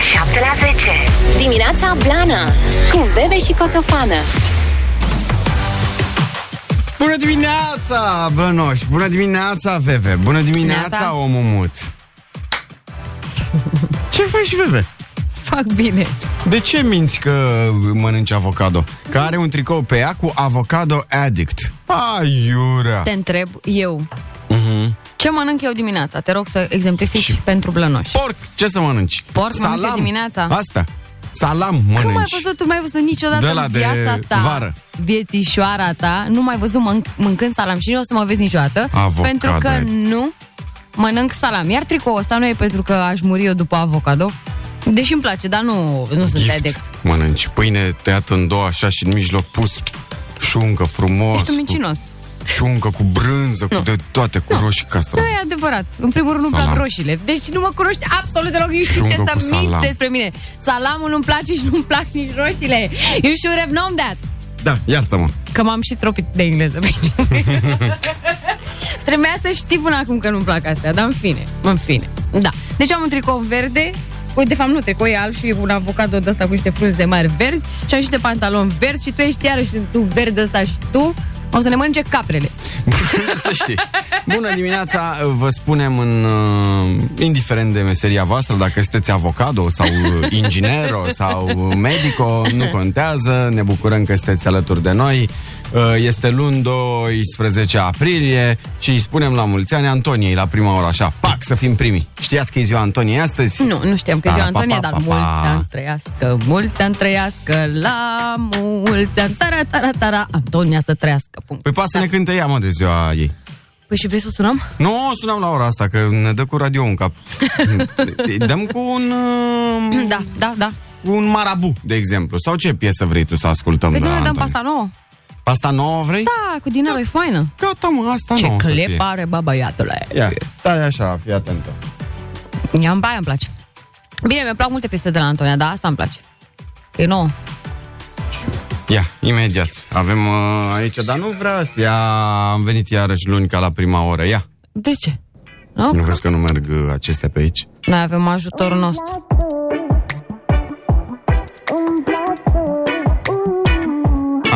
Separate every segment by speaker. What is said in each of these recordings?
Speaker 1: 7 la 10.
Speaker 2: Dimineața Blana Cu Bebe și Coțofană
Speaker 3: Bună dimineața, Bănoș! Bună dimineața, Veve! Bună dimineața,
Speaker 4: Dimineața.
Speaker 3: omul mut! Ce faci, Veve?
Speaker 4: Fac bine.
Speaker 3: De ce minți că mănânci avocado? Că are un tricou pe ea cu Avocado Addict. Aiurea!
Speaker 4: Te întreb eu. Ce mănânc eu dimineața? Te rog să exemplifici
Speaker 3: Mhm. Și-
Speaker 4: pentru blănoși.
Speaker 3: Porc, ce să mănânci?
Speaker 4: Porc mănânci
Speaker 3: Salam.
Speaker 4: dimineața?
Speaker 3: Asta. Salam mănânci.
Speaker 4: Când mai văzut, tu mai văzut niciodată
Speaker 3: De la
Speaker 4: în
Speaker 3: de
Speaker 4: viața ta,
Speaker 3: vară.
Speaker 4: viețișoara ta, nu mai văzut mân- mâncând salam și nu o să mă vezi niciodată,
Speaker 3: Avocado,
Speaker 4: pentru că
Speaker 3: ai.
Speaker 4: nu mănânc salam. Iar tricoul ăsta nu e pentru că aș muri eu după avocado, deși îmi place, dar nu, nu sunt addict.
Speaker 3: Gift. Mănânci pâine tăiată în două așa și în mijloc pus șuncă frumos.
Speaker 4: Ești un
Speaker 3: cu-
Speaker 4: mincinos.
Speaker 3: șuncă cu brânză, cu de toate, cu roșii
Speaker 4: Nu
Speaker 3: castrave.
Speaker 4: Da, e adevărat. În primul rând nu-mi
Speaker 3: Salam.
Speaker 4: plac roșiile. Deci nu mă cunoști absolut deloc. Nu știu ce
Speaker 3: Șungă cu
Speaker 4: să minți
Speaker 3: salam.
Speaker 4: despre mine. Salamul nu-mi place și nu-mi plac nici roșiile. You should have known that.
Speaker 3: Da, iartă-mă.
Speaker 4: Că m-am și tropit de engleză. Trebuia să știi până acum că nu-mi plac astea, dar în fine, în fine. Da. Deci am un tricou verde, Ui, de fapt nu, tricou e alb și un avocado de ăsta cu niște frunze mari verzi și am și de pantaloni verzi și tu ești iarăși tu verde ăsta și tu o să ne mănânce caprele.
Speaker 3: să știi. Bună dimineața, vă spunem în uh, indiferent de meseria voastră, dacă sunteți avocado sau uh, inginer sau uh, medico, nu contează, ne bucurăm că sunteți alături de noi. Uh, Este luni 12 aprilie și îi spunem la mulți ani Antoniei la prima oră, așa, pac, să fim primii. Știați că e ziua Antoniei astăzi?
Speaker 4: Nu, nu știam că e
Speaker 3: Pa,
Speaker 4: ziua
Speaker 3: pa,
Speaker 4: Antonia,
Speaker 3: pa,
Speaker 4: dar
Speaker 3: pa, pa.
Speaker 4: mulți ani trăiască, mulți ani trăiască, la mulți ani, tara, tara, tara, Antonia să trăiască, punct.
Speaker 3: Păi poate să ne cânte ea, mă, de ziua ei.
Speaker 4: Păi și vrei să o sunăm?
Speaker 3: Nu, sunam la ora asta, că ne dă cu radio în cap. Dăm cu un... uh,
Speaker 4: Da, da, da.
Speaker 3: un marabu, de exemplu. Sau ce piesă vrei tu să ascultăm?
Speaker 4: Păi
Speaker 3: de
Speaker 4: nu
Speaker 3: la
Speaker 4: ne dăm
Speaker 3: Antoni?
Speaker 4: pasta nouă?
Speaker 3: Pasta nouă vrei?
Speaker 4: Da, cu Dina e faină.
Speaker 3: Gata, mă, asta
Speaker 4: Ce
Speaker 3: nouă să
Speaker 4: clep
Speaker 3: fie.
Speaker 4: are, baba, iatule.
Speaker 3: Ia, stai așa, fii atentă.
Speaker 4: Ia, îmi aia îmi place. Bine, mi-a plac multe piese de la Antonia, dar asta îmi place. Că E nouă.
Speaker 3: Ia, imediat. Avem uh, aici, dar nu vrea asta. Ia, am venit iarăși luni ca la prima oră. Ia,
Speaker 4: De ce? Nu?
Speaker 3: nu Păi, vezi că nu merg uh, acestea pe aici?
Speaker 4: Noi avem ajutorul nostru.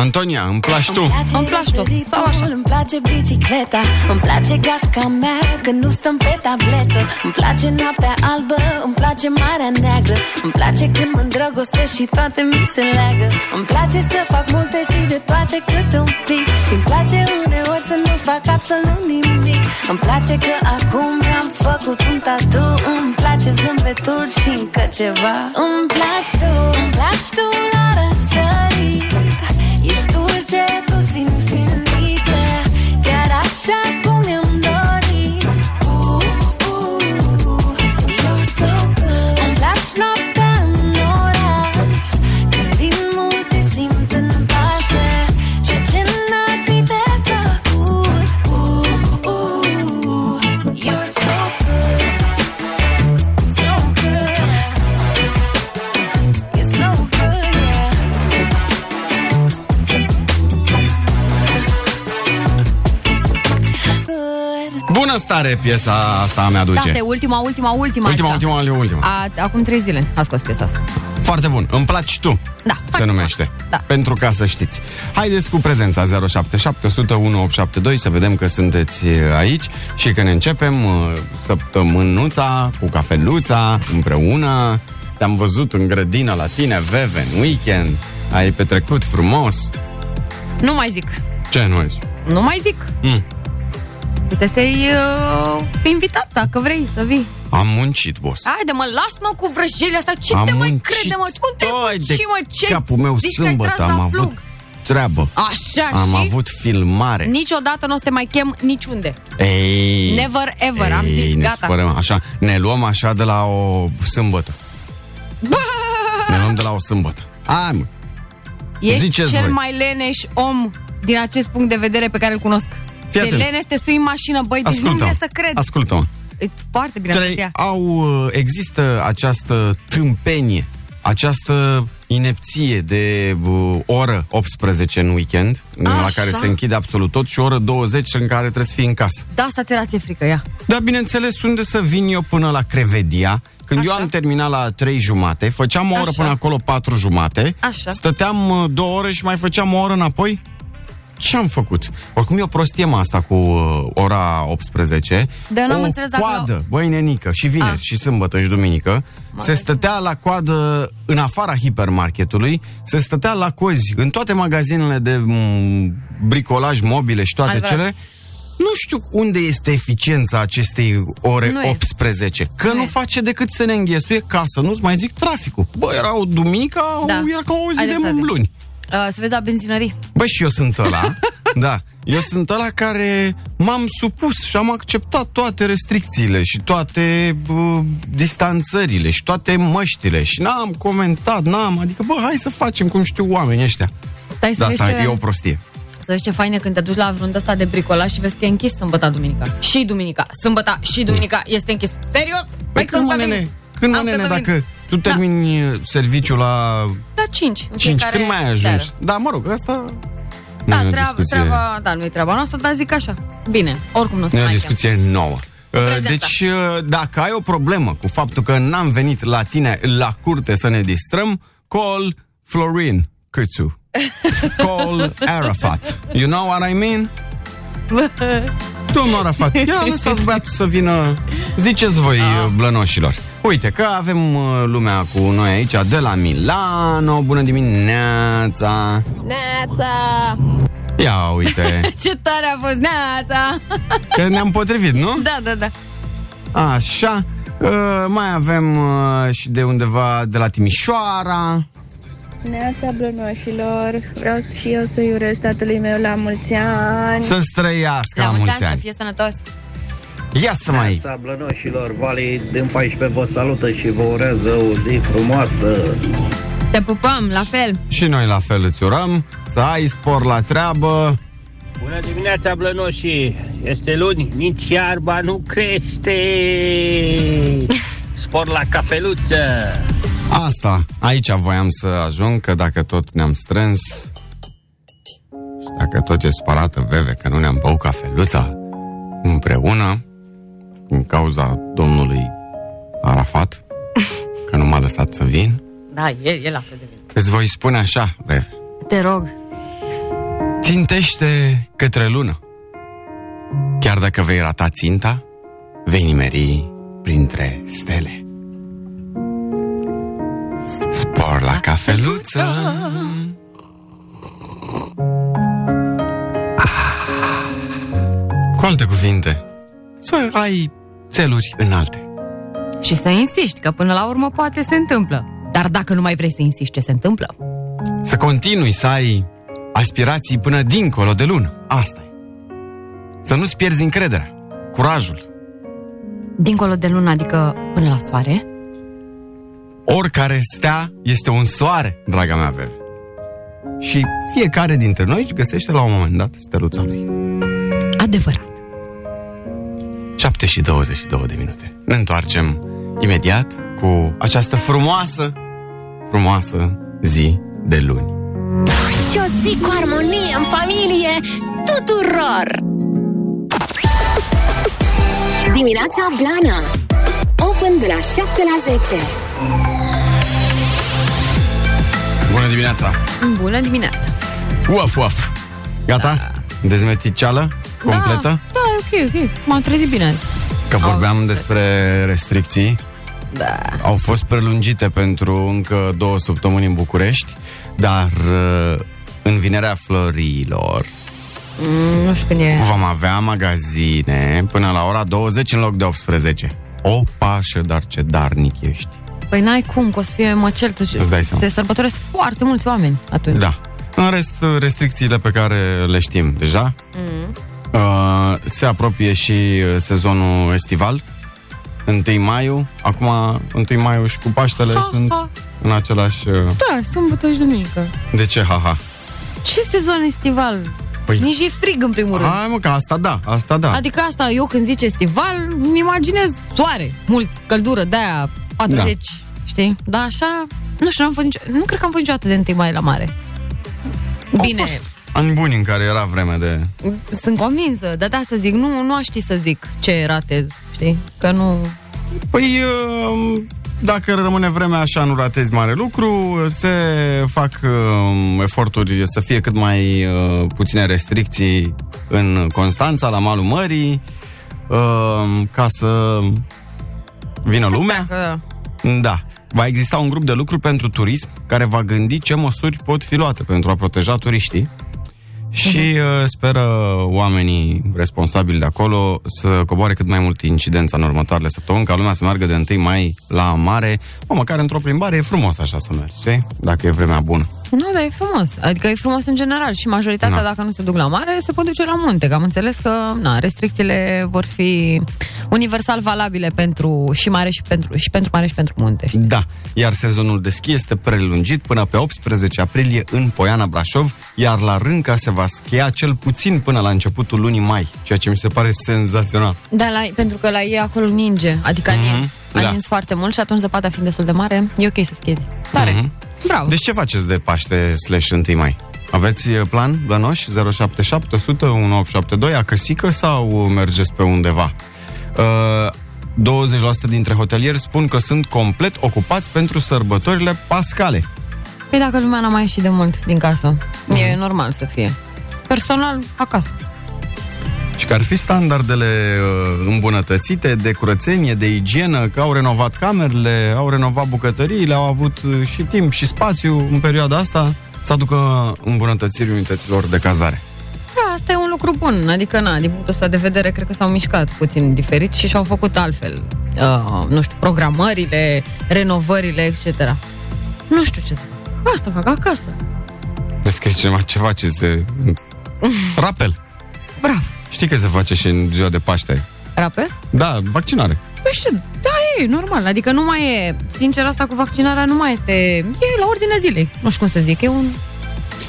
Speaker 3: Antonia, îmi placi tu.
Speaker 4: Îmi place tot. Sau așa.
Speaker 5: Îmi place bicicleta Îmi place gașca mea Că nu stăm pe tabletă Îmi place noaptea albă Îmi place marea neagră Îmi place când mă îndrăgostesc Și toate mi se leagă Îmi place să fac multe Și de toate câte un pic și îmi place uneori să nu fac absolut nimic Îmi place că acum mi-am făcut un tatu Îmi place zâmbetul și încă ceva Îmi place tu Îmi place tu la răsărit Ești dulce cu infinite Chiar așa cum mi-am dorit uh, uh, uh, You're so good Îmi lași noaptea în oraș Că ritmul ți simt în pașe Și ce n-ar fi de plăcut uh, uh, uh, You're so good So good You're so good, yeah good.
Speaker 3: Bună stare piesa asta mea
Speaker 4: Da,
Speaker 3: aduce.
Speaker 4: asta e ultima, ultima,
Speaker 3: ultima,
Speaker 4: ultima. asta.
Speaker 3: ultima, ultima, ultima.
Speaker 4: A, acum trei zile a scos piesa asta.
Speaker 3: Foarte bun. Îmi placi tu.
Speaker 4: Da,
Speaker 3: Se
Speaker 4: foarte
Speaker 3: numește.
Speaker 4: Da.
Speaker 3: Pentru ca să știți. Haideți cu prezența 077 să vedem că sunteți e, aici și că ne începem e, săptămânuța cu cafeluța împreună. Te-am văzut în grădină la tine, Veve, în weekend. Ai petrecut frumos.
Speaker 4: Nu mai zic.
Speaker 3: Ce nu ești?
Speaker 4: Nu mai zic.
Speaker 3: Mm.
Speaker 4: Uite să-i uh, invitat dacă vrei să vii.
Speaker 3: Am muncit, boss.
Speaker 4: Haide mă, las-mă cu vrăjelile astea. Ce
Speaker 3: am
Speaker 4: te mai
Speaker 3: muncit.
Speaker 4: crede, mă? Cum te
Speaker 3: Doi de
Speaker 4: și mă, ce?
Speaker 3: capul meu
Speaker 4: Zici că ai
Speaker 3: sâmbătă
Speaker 4: tras
Speaker 3: am
Speaker 4: la
Speaker 3: avut
Speaker 4: flug.
Speaker 3: treabă.
Speaker 4: Așa
Speaker 3: Am
Speaker 4: și
Speaker 3: avut filmare.
Speaker 4: niciodată nu o să te mai chem niciunde.
Speaker 3: Ei,
Speaker 4: Never ever, am
Speaker 3: ei,
Speaker 4: zis,
Speaker 3: ne
Speaker 4: gata.
Speaker 3: Supărăm, așa, ne luăm așa de la o sâmbătă. Ne luăm de la o sâmbătă. Hai, mă.
Speaker 4: Ești
Speaker 3: Ziceți
Speaker 4: cel
Speaker 3: voi.
Speaker 4: mai leneș om din acest punct de vedere pe care îl cunosc. Te
Speaker 3: atent.
Speaker 4: lenești, te sui în mașină, băi, deci nu
Speaker 3: Ascultă-mă.
Speaker 4: vine să cred.
Speaker 3: Ascultă-mă.
Speaker 4: E Foarte bine,
Speaker 3: Trei,
Speaker 4: Andreea.
Speaker 3: au, uh, există această tâmpenie a această inepție de uh, oră 18 în weekend,
Speaker 4: Așa.
Speaker 3: la care se închide absolut tot, și oră 20 în care trebuie să fii în casă.
Speaker 4: Da, asta ți era ție frică, ia. Uh,
Speaker 3: Dar bineînțeles, unde să vin eu până la Crevedia? Când Așa. eu
Speaker 4: Așa.
Speaker 3: am terminat la 3 jumate, făceam o oră
Speaker 4: Așa.
Speaker 3: Așa. până acolo 4 jumate,
Speaker 4: Așa.
Speaker 3: stăteam uh, două ore și mai făceam o oră înapoi? Ce am făcut? Oricum e o prostie mă, asta cu uh, ora 18.
Speaker 4: Dar eu n-am
Speaker 3: o
Speaker 4: înțeles dacă-
Speaker 3: coadă, băi nenică, și vineri,
Speaker 4: Ah.
Speaker 3: și sâmbătă, și duminică, se stătea la coadă în afara hipermarketului, se stătea la cozi în toate magazinele de m- bricolaj, mobile și toate
Speaker 4: Adevărat.
Speaker 3: cele. Nu știu unde este eficiența acestei ore
Speaker 4: Nu e.
Speaker 3: 18, că nu,
Speaker 4: Nu e.
Speaker 3: face decât să ne înghesuie casă, nu-ți mai zic traficul. Bă, era o duminică,
Speaker 4: Da.
Speaker 3: era ca o zi
Speaker 4: Ai
Speaker 3: de
Speaker 4: dreptate.
Speaker 3: luni.
Speaker 4: Uh, să vezi la benzinării.
Speaker 3: Bă, și eu sunt ăla, da, eu sunt ăla care m-am supus și am acceptat toate restricțiile și toate bă, distanțările și toate măștile și n-am comentat, n-am, adică, bă, hai să facem cum știu oamenii ăștia.
Speaker 4: Stai să
Speaker 3: Da,
Speaker 4: vezi
Speaker 3: asta
Speaker 4: ce...
Speaker 3: e o prostie.
Speaker 4: Să vezi ce faină când te duci la vreun ăsta de bricolaj și vezi că e închis sâmbătă, duminica. Și duminica, sâmbătă și duminica este închis. Serios?
Speaker 3: Păi când, mă,
Speaker 4: să venim?
Speaker 3: nene, când, mă,
Speaker 4: Am să Da.
Speaker 3: nene,
Speaker 4: venim.
Speaker 3: dacă tu termini uh, serviciul la
Speaker 4: Da, 5.
Speaker 3: 5, când mai ajungi? Da, mă rog, asta... nu
Speaker 4: Da,
Speaker 3: e o
Speaker 4: treaba,
Speaker 3: discuție-
Speaker 4: treaba, da, nu e treaba noastră, dar zic așa. Bine, oricum nu o să
Speaker 3: Nu e o
Speaker 4: mai
Speaker 3: discuție nouă. Uh,
Speaker 4: prezenta.
Speaker 3: Deci, uh, dacă ai o problemă cu faptul că n-am venit la tine la curte să ne distrăm, call Florin Câțu. call Arafat. You know what I mean? Domnul Arafat, ia lăsați băiatul să vină Ziceți voi, ah. blănoșilor Uite că avem uh, lumea cu noi aici De la Milano Bună dimineața
Speaker 1: Neața!
Speaker 3: Ia uite,
Speaker 4: Ce tare a fost neața!
Speaker 3: că ne-am potrivit, nu?
Speaker 4: da, da, da.
Speaker 3: Așa Uh, mai avem uh, și de undeva de la Timișoara
Speaker 6: Neața blănoșilor, vreau și eu să-i urez tatălui meu la mulți ani.
Speaker 3: Să-ți trăiască
Speaker 4: La
Speaker 3: la mulți
Speaker 4: să
Speaker 3: ani
Speaker 4: fie sănătos.
Speaker 3: Ia să mai
Speaker 7: Neața blănoșilor, Vali din 14 vă salută și vă urează o zi frumoasă.
Speaker 4: Te pupăm, la fel.
Speaker 3: Și noi la fel îți urăm Să ai spor la treabă
Speaker 8: Bună dimineața, Blănoșii! Este luni, nici iarba nu crește! Spor la cafeluță!
Speaker 3: Asta, aici voiam să ajung, că dacă tot ne-am strâns și dacă tot e spălată veve, că nu ne-am băut cafeluța împreună, din cauza domnului Arafat, că nu m-a lăsat să vin,
Speaker 4: Da, e, e la fel de bine.
Speaker 3: îți voi spune așa, veve.
Speaker 4: Te rog.
Speaker 3: Țintește către lună. Chiar dacă vei rata ținta, vei nimeri printre stele. Spor la cafeluță! Ah. Cu alte cuvinte, să ai țeluri înalte.
Speaker 4: Și să insiști, că până la urmă poate se întâmplă. Dar dacă nu mai vrei să insisti, ce se întâmplă?
Speaker 3: Să continui să ai aspirații până dincolo de lună. Asta e. Să nu-ți pierzi încrederea, curajul,
Speaker 4: Dincolo de lună, adică până la soare,
Speaker 3: Oricare stea este un soare, draga mea Veve. Și fiecare dintre noi își găsește la un moment dat steluța lui.
Speaker 4: adevărat.
Speaker 3: 7 și 22 de minute. Ne întoarcem imediat cu această frumoasă, frumoasă zi de luni.
Speaker 2: Și o zi cu armonie în familie tuturor! Dimineața Blana Open de la 7 la 10
Speaker 3: Bună dimineața!
Speaker 4: Bună dimineața!
Speaker 3: Uaf, uaf! Gata? Dezmeticeală? Completă?
Speaker 4: Da, da, e ok, ok. M-am trezit bine.
Speaker 3: Că vorbeam despre restricții.
Speaker 4: Da.
Speaker 3: au fost prelungite pentru încă două săptămâni în București, dar uh, în vinerea florilor
Speaker 4: Mm, nu știu când e.
Speaker 3: vom avea magazine până la ora 20 în loc de 18. O pașă, dar ce darnic ești.
Speaker 4: Păi n-ai cum, că o să fie măcel. Tu,
Speaker 3: Îți dai seama.
Speaker 4: se sărbătoresc foarte mulți oameni atunci.
Speaker 3: Da. În rest, restricțiile pe care le știm deja.
Speaker 4: Mm.
Speaker 3: Uh, se apropie și uh, sezonul estival. 1 maiu. Acum 1 maiu și cu Paștele
Speaker 4: Ha,
Speaker 3: sunt
Speaker 4: ha.
Speaker 3: în același... uh,
Speaker 4: Da, sâmbătă și duminică.
Speaker 3: De ce, haha?
Speaker 4: Ce sezon estival?
Speaker 3: Păi-
Speaker 4: Nici e frig în primul rând.
Speaker 3: Hai mă, că asta da, asta da.
Speaker 4: Adică asta, eu când zic estival,
Speaker 3: Da.
Speaker 4: îmi imaginez soare, mult căldură, de-aia 40, știi? Dar așa, Nu știu, n-am fost nicio... nu cred că am fost niciodată de 1 mai la mare. Bine,
Speaker 3: Ani buni în care era vreme de...
Speaker 4: sunt convinsă, dar da, să zic, nu, nu aș ști să zic ce ratez, știi? Că nu...
Speaker 3: Păi, um, dacă rămâne vremea așa, nu ratezi mare lucru, se fac um, eforturi să fie cât mai uh, puține restricții în Constanța, la malul mării, um, ca să vină lumea.
Speaker 4: Că...
Speaker 3: Da. Va exista un grup de lucru pentru turism care va gândi ce măsuri pot fi luate pentru a proteja turiștii și uh, speră oamenii responsabili de acolo să coboare cât mai mult incidența în următoarele săptămâni, ca lumea să meargă de 1 mai la mare, o, măcar într-o plimbare e frumos așa să mergi, știi? Dacă e vremea bună.
Speaker 4: Nu, dar e frumos. Adică e frumos în general și majoritatea,
Speaker 3: Da.
Speaker 4: dacă nu se duc la mare, se pot duce la munte. Că am înțeles că na, restricțiile vor fi universal valabile pentru și mare și pentru, și pentru mare și pentru munte. știi?
Speaker 3: Da, iar sezonul de schi este prelungit până pe 18 aprilie în Poiana Brașov, iar la Rânca se va schia cel puțin până la începutul lunii mai, ceea ce mi se pare senzațional.
Speaker 4: Da, la, pentru că la ei acolo ninge, adică mm-hmm. a nins, a
Speaker 3: da.
Speaker 4: nins foarte mult și atunci zăpada fiind destul de mare, e ok să schedi. Tare. Mm-hmm. Bravo.
Speaker 3: Deci ce faceți de Paște slash 1 mai? Aveți eh, plan, Blănoș, 077 100 1872, acăsică sau mergeți pe undeva? Uh, 20% dintre hotelieri spun că sunt complet ocupați pentru sărbătorile pascale.
Speaker 4: Păi dacă lumea n-a mai ieșit de mult din casă, e
Speaker 3: Mhm.
Speaker 4: normal să fie. Personal, acasă.
Speaker 3: Și că ar fi standardele uh, îmbunătățite de curățenie, de igienă, că au renovat camerele, au renovat bucătăriile, au avut uh, și timp și spațiu în perioada asta să aducă îmbunătățiri unităților de cazare.
Speaker 4: Da, asta e un lucru bun. Adică, na, din punctul ăsta de vedere, cred că s-au mișcat puțin diferit și și-au făcut altfel, uh, nu știu, programările, renovările, etc. Nu știu ce să fac. Asta fac acasă.
Speaker 3: Vezi că e ceva, ceva ce se... Rapel.
Speaker 4: Bravo.
Speaker 3: Știi că se face și în ziua de Paște.
Speaker 4: Rape?
Speaker 3: Da, vaccinare.
Speaker 4: Păi știu, da, e normal. Adică nu mai e, sincer, asta cu vaccinarea nu mai este, e la ordinea zilei. Nu știu cum să zic, e un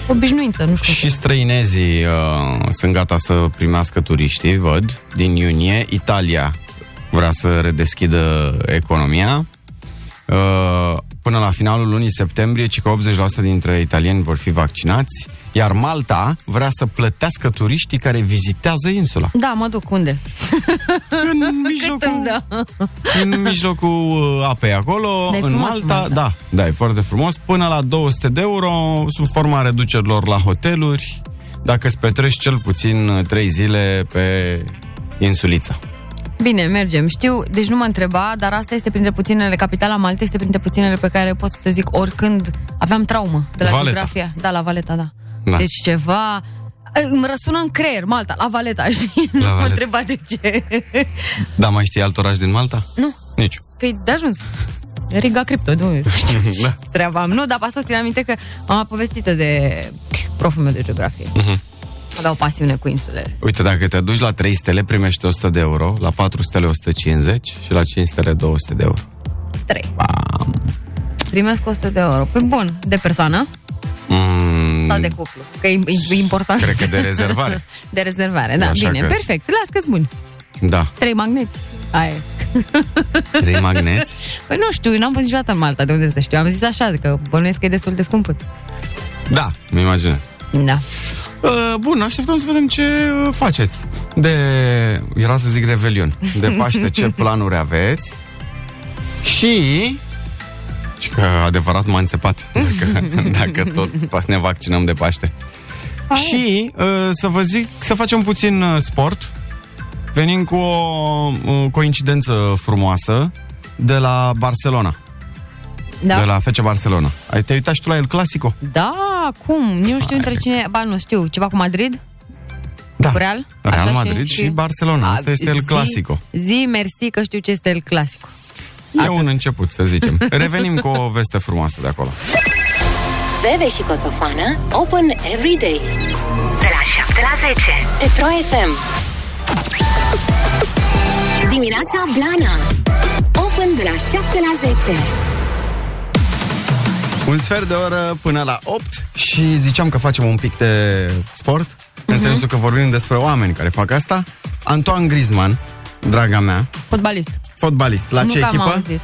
Speaker 4: obișnuință, nu știu. cum să
Speaker 3: Și
Speaker 4: zic.
Speaker 3: străinezii uh, sunt gata să primească turiștii, văd, din iunie. Italia vrea să redeschidă economia. Uh, până la finalul lunii septembrie, ci că 80% dintre italieni vor fi vaccinați, iar Malta vrea să plătească turiștii care vizitează insula.
Speaker 4: Da, mă duc, unde? Da.
Speaker 3: În
Speaker 4: Cât îmi
Speaker 3: mijlocul,
Speaker 4: dă?
Speaker 3: în mijlocul uh, apei acolo,
Speaker 4: Dar e
Speaker 3: în
Speaker 4: frumos
Speaker 3: Malta,
Speaker 4: Malta.
Speaker 3: da, da, e foarte frumos, până la 200 de euro, sub forma reducerilor la hoteluri, dacă îți petreci cel puțin 3 zile pe insulița.
Speaker 4: Bine, mergem. Știu, deci nu mă întreba, dar asta este printre puținele, capitala Malta este printre puținele pe care pot să zic oricând aveam traumă de la
Speaker 3: Valeta.
Speaker 4: geografia. Da, la Valeta, da.
Speaker 3: Da.
Speaker 4: da. Deci ceva... Îmi răsună în creier, Malta, la Valeta, și nu mă
Speaker 3: Valeta.
Speaker 4: întreba de ce.
Speaker 3: Da, mai știi alt oraș din Malta?
Speaker 4: nu,
Speaker 3: Nici.
Speaker 4: Păi de ajuns. Riga Crypto, de unde
Speaker 3: Da.
Speaker 4: da. treaba am. Nu, dar pe asta țin aminte că am povestită de proful meu de geografie. Avea o pasiune cu insulele.
Speaker 3: Uite, dacă te duci la 3 stele, primești 100 de euro, la 4 stele 150 și la 5 stele 200 de euro.
Speaker 4: 3.
Speaker 3: Bam.
Speaker 4: Primesc 100 de euro. Păi bun, de persoană
Speaker 3: Mm,
Speaker 4: sau de cuplu? Că e, e important.
Speaker 3: Cred că de rezervare.
Speaker 4: de rezervare, da.
Speaker 3: Așa
Speaker 4: bine,
Speaker 3: că-
Speaker 4: perfect. Las că-s bun.
Speaker 3: da,
Speaker 4: Trei magneti. Aia e.
Speaker 3: trei magneți.
Speaker 4: Păi nu știu, n-am fost niciodată în Malta, de unde să știu. Am zis așa, că bănuiesc că e destul de scumpă.
Speaker 3: Da, mi imaginez.
Speaker 4: Da.
Speaker 3: Uh, Bun, așteptăm să vedem ce uh, faceți. De, era să zic Revelion. De Paște ce planuri aveți? Și... Și că adevărat m-a înțepat dacă, dacă tot ne vaccinăm de Paște. Și uh, să vă zic, să facem puțin uh, sport. Venim cu o uh, coincidență frumoasă de la Barcelona,
Speaker 4: Da.
Speaker 3: de la FC Barcelona. Ai te uitat și tu la El Clasico?
Speaker 4: Da, cum? Nu știu între cine... Ba, nu știu. Ceva cu Madrid?
Speaker 3: Da.
Speaker 4: Cu Real?
Speaker 3: Real
Speaker 4: Așa
Speaker 3: Madrid și, și Barcelona. Asta
Speaker 4: A,
Speaker 3: este El
Speaker 4: zi-
Speaker 3: Clasico.
Speaker 4: Zi, mersi că știu ce este El Clasico.
Speaker 3: E un început, să zicem. Revenim cu o veste frumoasă de acolo.
Speaker 2: Bebe și Coțofană Open every day De la 7 la 10 Pe Pro FM Dimineața Blana Open de la 7 la 10
Speaker 3: Un sfert de oră până la 8 și ziceam că facem un pic de sport, în sensul că vorbim despre oameni care fac asta. Antoine Griezmann, draga mea,
Speaker 4: Fotbalist.
Speaker 3: fotbalist, la
Speaker 4: nu
Speaker 3: ce
Speaker 4: că am
Speaker 3: echipă?
Speaker 4: auzit.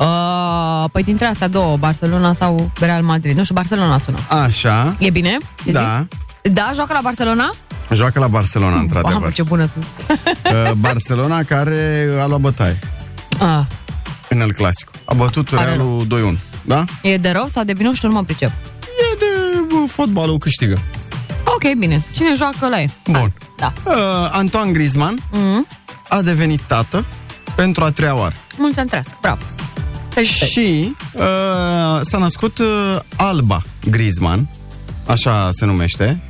Speaker 4: Uh, păi dintre astea două, Barcelona sau Real Madrid. Nu știu, Barcelona sună.
Speaker 3: Așa,
Speaker 4: E bine? Ce
Speaker 3: Da.
Speaker 4: zic? Da, joacă la Barcelona?
Speaker 3: joacă la Barcelona,
Speaker 4: Mamă,
Speaker 3: într-adevăr.
Speaker 4: ce bună sunt.
Speaker 3: Uh, Barcelona care a luat bătaie
Speaker 4: Ah,
Speaker 3: în El Clasico. A bătut
Speaker 4: Pare
Speaker 3: Realul 2-1, da?
Speaker 4: e de rău sau de bine? Nu știu, nu mă pricep.
Speaker 3: E de bă, fotbalul câștigă.
Speaker 4: Ok, bine. Cine joacă la e?
Speaker 3: Bun.
Speaker 4: Da.
Speaker 3: Uh, Antoine Griezmann
Speaker 4: Mm-hmm.
Speaker 3: a devenit tată pentru a treia oară.
Speaker 4: Mulți ani trească. Bravo. Felicitări.
Speaker 3: Și uh, s-a născut uh, Alba Griezmann, așa se numește,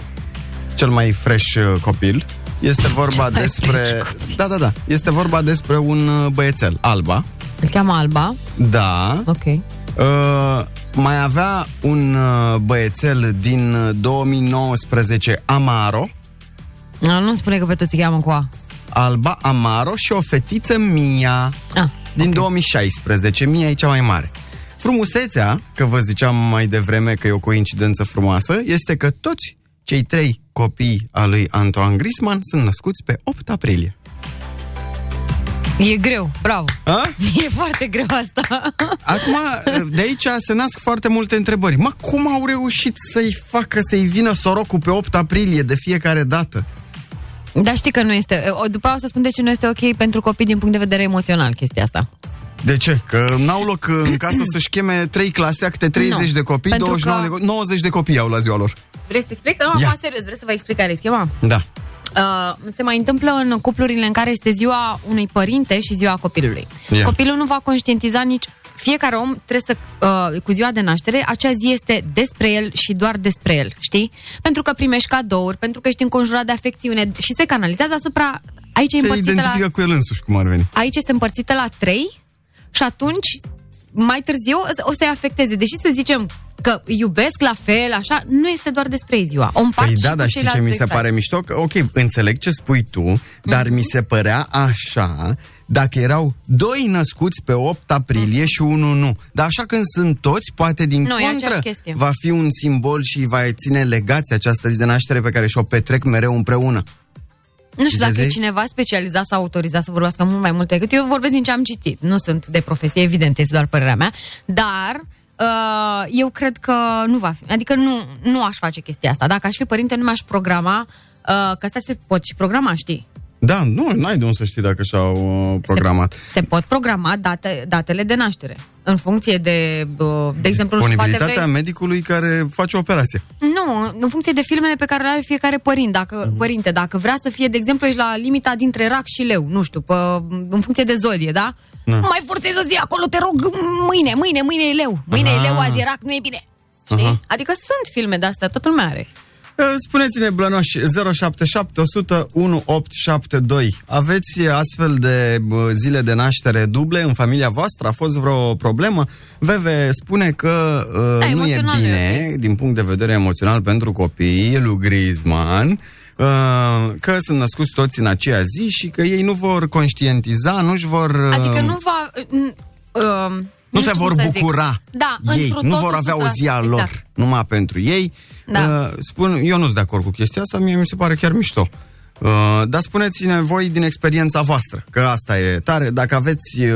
Speaker 3: cel mai fresh uh, copil. Este vorba
Speaker 4: mai
Speaker 3: despre...
Speaker 4: fresh
Speaker 3: Da, da, da. Este vorba despre un uh, băiețel, Alba.
Speaker 4: Îl cheamă Alba.
Speaker 3: Da.
Speaker 4: Ok.
Speaker 3: Uh, mai avea un uh, băiețel din uh, 2019, Amaro.
Speaker 4: A, nu spune că pe toți îi cheamă cu A.
Speaker 3: Alba Amaro și o fetiță Mia
Speaker 4: Ah,
Speaker 3: din 2016. Mia e cea mai mare. Frumusețea, că vă ziceam mai devreme că e o coincidență frumoasă, este că toți cei trei copii al lui Antoine Griezmann sunt născuți pe 8 aprilie.
Speaker 4: E greu. Bravo.
Speaker 3: A?
Speaker 4: E foarte greu asta.
Speaker 3: Acum, de aici se nasc foarte multe întrebări. Mă, cum au reușit să-i facă să-i vină sorocul pe 8 aprilie de fiecare dată?
Speaker 4: Dar știi că nu este. o- După aia o să spun de ce nu este ok pentru copii din punct de vedere emoțional chestia asta.
Speaker 3: De ce? Că n-au loc în casă să-și cheme trei clase, a câte 30
Speaker 4: Nu.
Speaker 3: de copii,
Speaker 4: Pentru
Speaker 3: 29
Speaker 4: că-
Speaker 3: de co- 90 de copii au la ziua lor.
Speaker 4: Vrei să te explic? Nu,
Speaker 3: Ia.
Speaker 4: acum serios, vreți să vă explic care e schema?
Speaker 3: Da.
Speaker 4: Uh, se mai întâmplă în cuplurile în care este ziua unui părinte și ziua copilului.
Speaker 3: Ia.
Speaker 4: Copilul nu va conștientiza nici fiecare om trebuie să, uh, cu ziua de naștere, acea zi este despre el și doar despre el, știi? Pentru că primești cadouri, pentru că ești înconjurat de afecțiune și se canalizează asupra... Aici e
Speaker 3: Se
Speaker 4: împărțită la
Speaker 3: identifică cu el însuși, cum ar veni.
Speaker 4: aici este împărțită la 3 și atunci, mai târziu, o să-i afecteze. Deși să zicem că îi iubesc la fel, așa, nu este doar despre ei ziua. O împart
Speaker 3: Păi
Speaker 4: și
Speaker 3: da,
Speaker 4: cu
Speaker 3: dar știi
Speaker 4: ceilalți
Speaker 3: ce mi
Speaker 4: doi
Speaker 3: se
Speaker 4: frați.
Speaker 3: pare mișto? Că, ok, înțeleg ce spui tu, dar mi se părea așa dacă erau doi născuți pe 8 aprilie și unul nu. Dar așa când sunt toți, poate din
Speaker 4: Nu, e
Speaker 3: contră,
Speaker 4: aceeași chestie.
Speaker 3: va fi un simbol și va ține legați această zi de naștere pe care și-o petrec mereu împreună.
Speaker 4: Nu știu dacă e
Speaker 3: Vezi?
Speaker 4: cineva specializat sau autorizat să vorbească mult mai mult decât eu. Vorbesc din ce am citit. Nu sunt de profesie, evident, este doar părerea mea. Dar uh, eu cred că nu va fi. Adică nu, nu aș face chestia asta. Dacă aș fi părinte, nu mi-aș programa. Uh, că asta se pot și programa, știi?
Speaker 3: Da, nu, n-ai de unde să știi dacă și-au uh, programat.
Speaker 4: Se, se pot programa date, datele de naștere. În funcție de, uh, de exemplu, nu știu, poate
Speaker 3: Disponibilitatea
Speaker 4: vrei...
Speaker 3: medicului care face o operație.
Speaker 4: Nu, în funcție de filmele pe care le are fiecare părinte. Dacă,
Speaker 3: Mhm.
Speaker 4: părinte, dacă vrea să fie, de exemplu, ești la limita dintre rac și leu, nu știu, pe, în funcție de zodie, da?
Speaker 3: Da.
Speaker 4: Nu mai forțezi o zi acolo, te rog, mâine, mâine, mâine e leu. Mâine
Speaker 3: Aha.
Speaker 4: e leu, azi e rac, nu e bine. Știi?
Speaker 3: Aha.
Speaker 4: Adică sunt filme de astea, totul lumea are.
Speaker 3: Eh, Spuneți-ne, Blănoși, 077 100 1872. Aveți astfel de bă, zile de naștere duble în familia voastră? A fost vreo problemă? Veve spune că uh,
Speaker 4: Da,
Speaker 3: nu e
Speaker 4: emoțional nu e
Speaker 3: bine din punct de vedere emoțional pentru copii, lui Griezmann, uh, că sunt născuți toți în aceea zi și că ei nu vor conștientiza, nu-și vor... uh,
Speaker 4: Adică nu va... n- um,
Speaker 3: nu se
Speaker 4: știu cum
Speaker 3: vor
Speaker 4: să zic.
Speaker 3: bucura
Speaker 4: Da,
Speaker 3: ei,
Speaker 4: întru
Speaker 3: nu
Speaker 4: totul
Speaker 3: vor avea o zi a
Speaker 4: 100%,
Speaker 3: lor,
Speaker 4: exact.
Speaker 3: numai pentru ei.
Speaker 4: Da.
Speaker 3: Uh, spun, eu nu sunt de acord cu chestia asta, mie mi se pare chiar mișto. Uh, dar spuneți-ne voi din experiența voastră, că asta e tare. Dacă aveți, uh,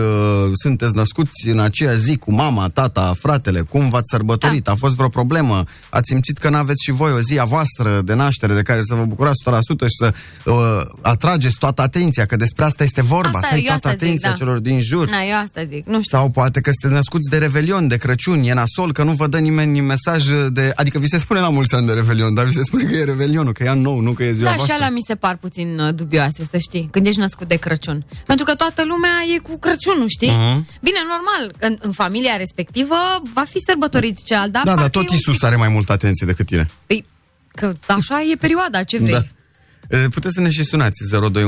Speaker 3: sunteți născuți în aceea zi cu mama, tata, fratele, cum v-ați sărbătorit?
Speaker 4: Da.
Speaker 3: A fost vreo problemă? Ați simțit că n-aveți și voi o zi a voastră de naștere de care să vă bucurați 100% și să uh, atrageți toată atenția, că despre asta este vorba,
Speaker 4: Asta
Speaker 3: să ai
Speaker 4: eu
Speaker 3: toată
Speaker 4: asta zic,
Speaker 3: atenția
Speaker 4: da.
Speaker 3: celor din jur.
Speaker 4: Na, eu asta zic, nu știu.
Speaker 3: Sau poate că sunteți născuți de Revelion, de Crăciun, e nasol, că nu vă dă nimeni mesaj de... Adică vi se spune la mulți ani de Revelion, dar vi se spune că e Revelionul, că e an nou, nu că e ziua
Speaker 4: Da, și
Speaker 3: voastră.
Speaker 4: alea mi se par puțin uh, dubioase, să știi, când ești născut de Crăciun. Pentru că toată lumea e cu Crăciunul, știi?
Speaker 3: Mhm.
Speaker 4: Bine, normal, în, în familia respectivă va fi sărbătorit cel dar...
Speaker 3: Da, dar
Speaker 4: parcă
Speaker 3: tot
Speaker 4: e un
Speaker 3: Isus
Speaker 4: pic-
Speaker 3: are mai multă atenție decât tine.
Speaker 4: Păi, Că așa e perioada, ce vrei.
Speaker 3: Da. E, Puteți să ne și sunați 021-252-2642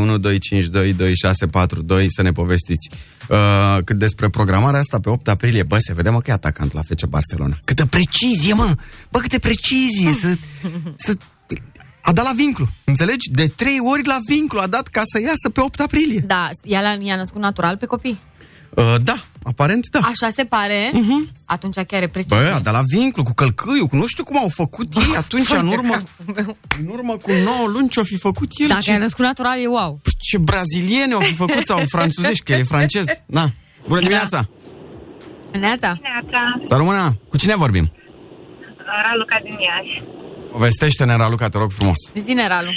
Speaker 3: să ne povestiți uh, cât despre programarea asta pe 8 aprilie. Bă, se vede mă că e atacant la FC Barcelona. Câtă precizie, mă! Bă, câtă precizie! Să, să... A dat la vinclu, înțelegi? De trei ori la vinclu a dat ca să iasă pe 8 aprilie.
Speaker 4: Da, ea l-a- i-a născut natural pe copii.
Speaker 3: Uh, da, aparent da.
Speaker 4: Așa se pare. Uh-huh. Atunci chiar e precis.
Speaker 3: Mhm. Bă, dar la vinclu, cu călcâiul, cu nu știu cum au făcut ei atunci, în urmă, în urmă cu 9 luni ce-o fi făcut el,
Speaker 4: Dacă ai
Speaker 3: ce,
Speaker 4: născut natural, e wow.
Speaker 3: ce brazilieni au fi făcut sau franțuzești, că e francez. Na, bună dimineața!
Speaker 4: Neața?
Speaker 1: Neața,
Speaker 3: Să rămână, cu cine vorbim?
Speaker 1: Raluca din Iași.
Speaker 3: Povestește-ne, Raluca, te rog frumos.
Speaker 4: Zine, Ralu.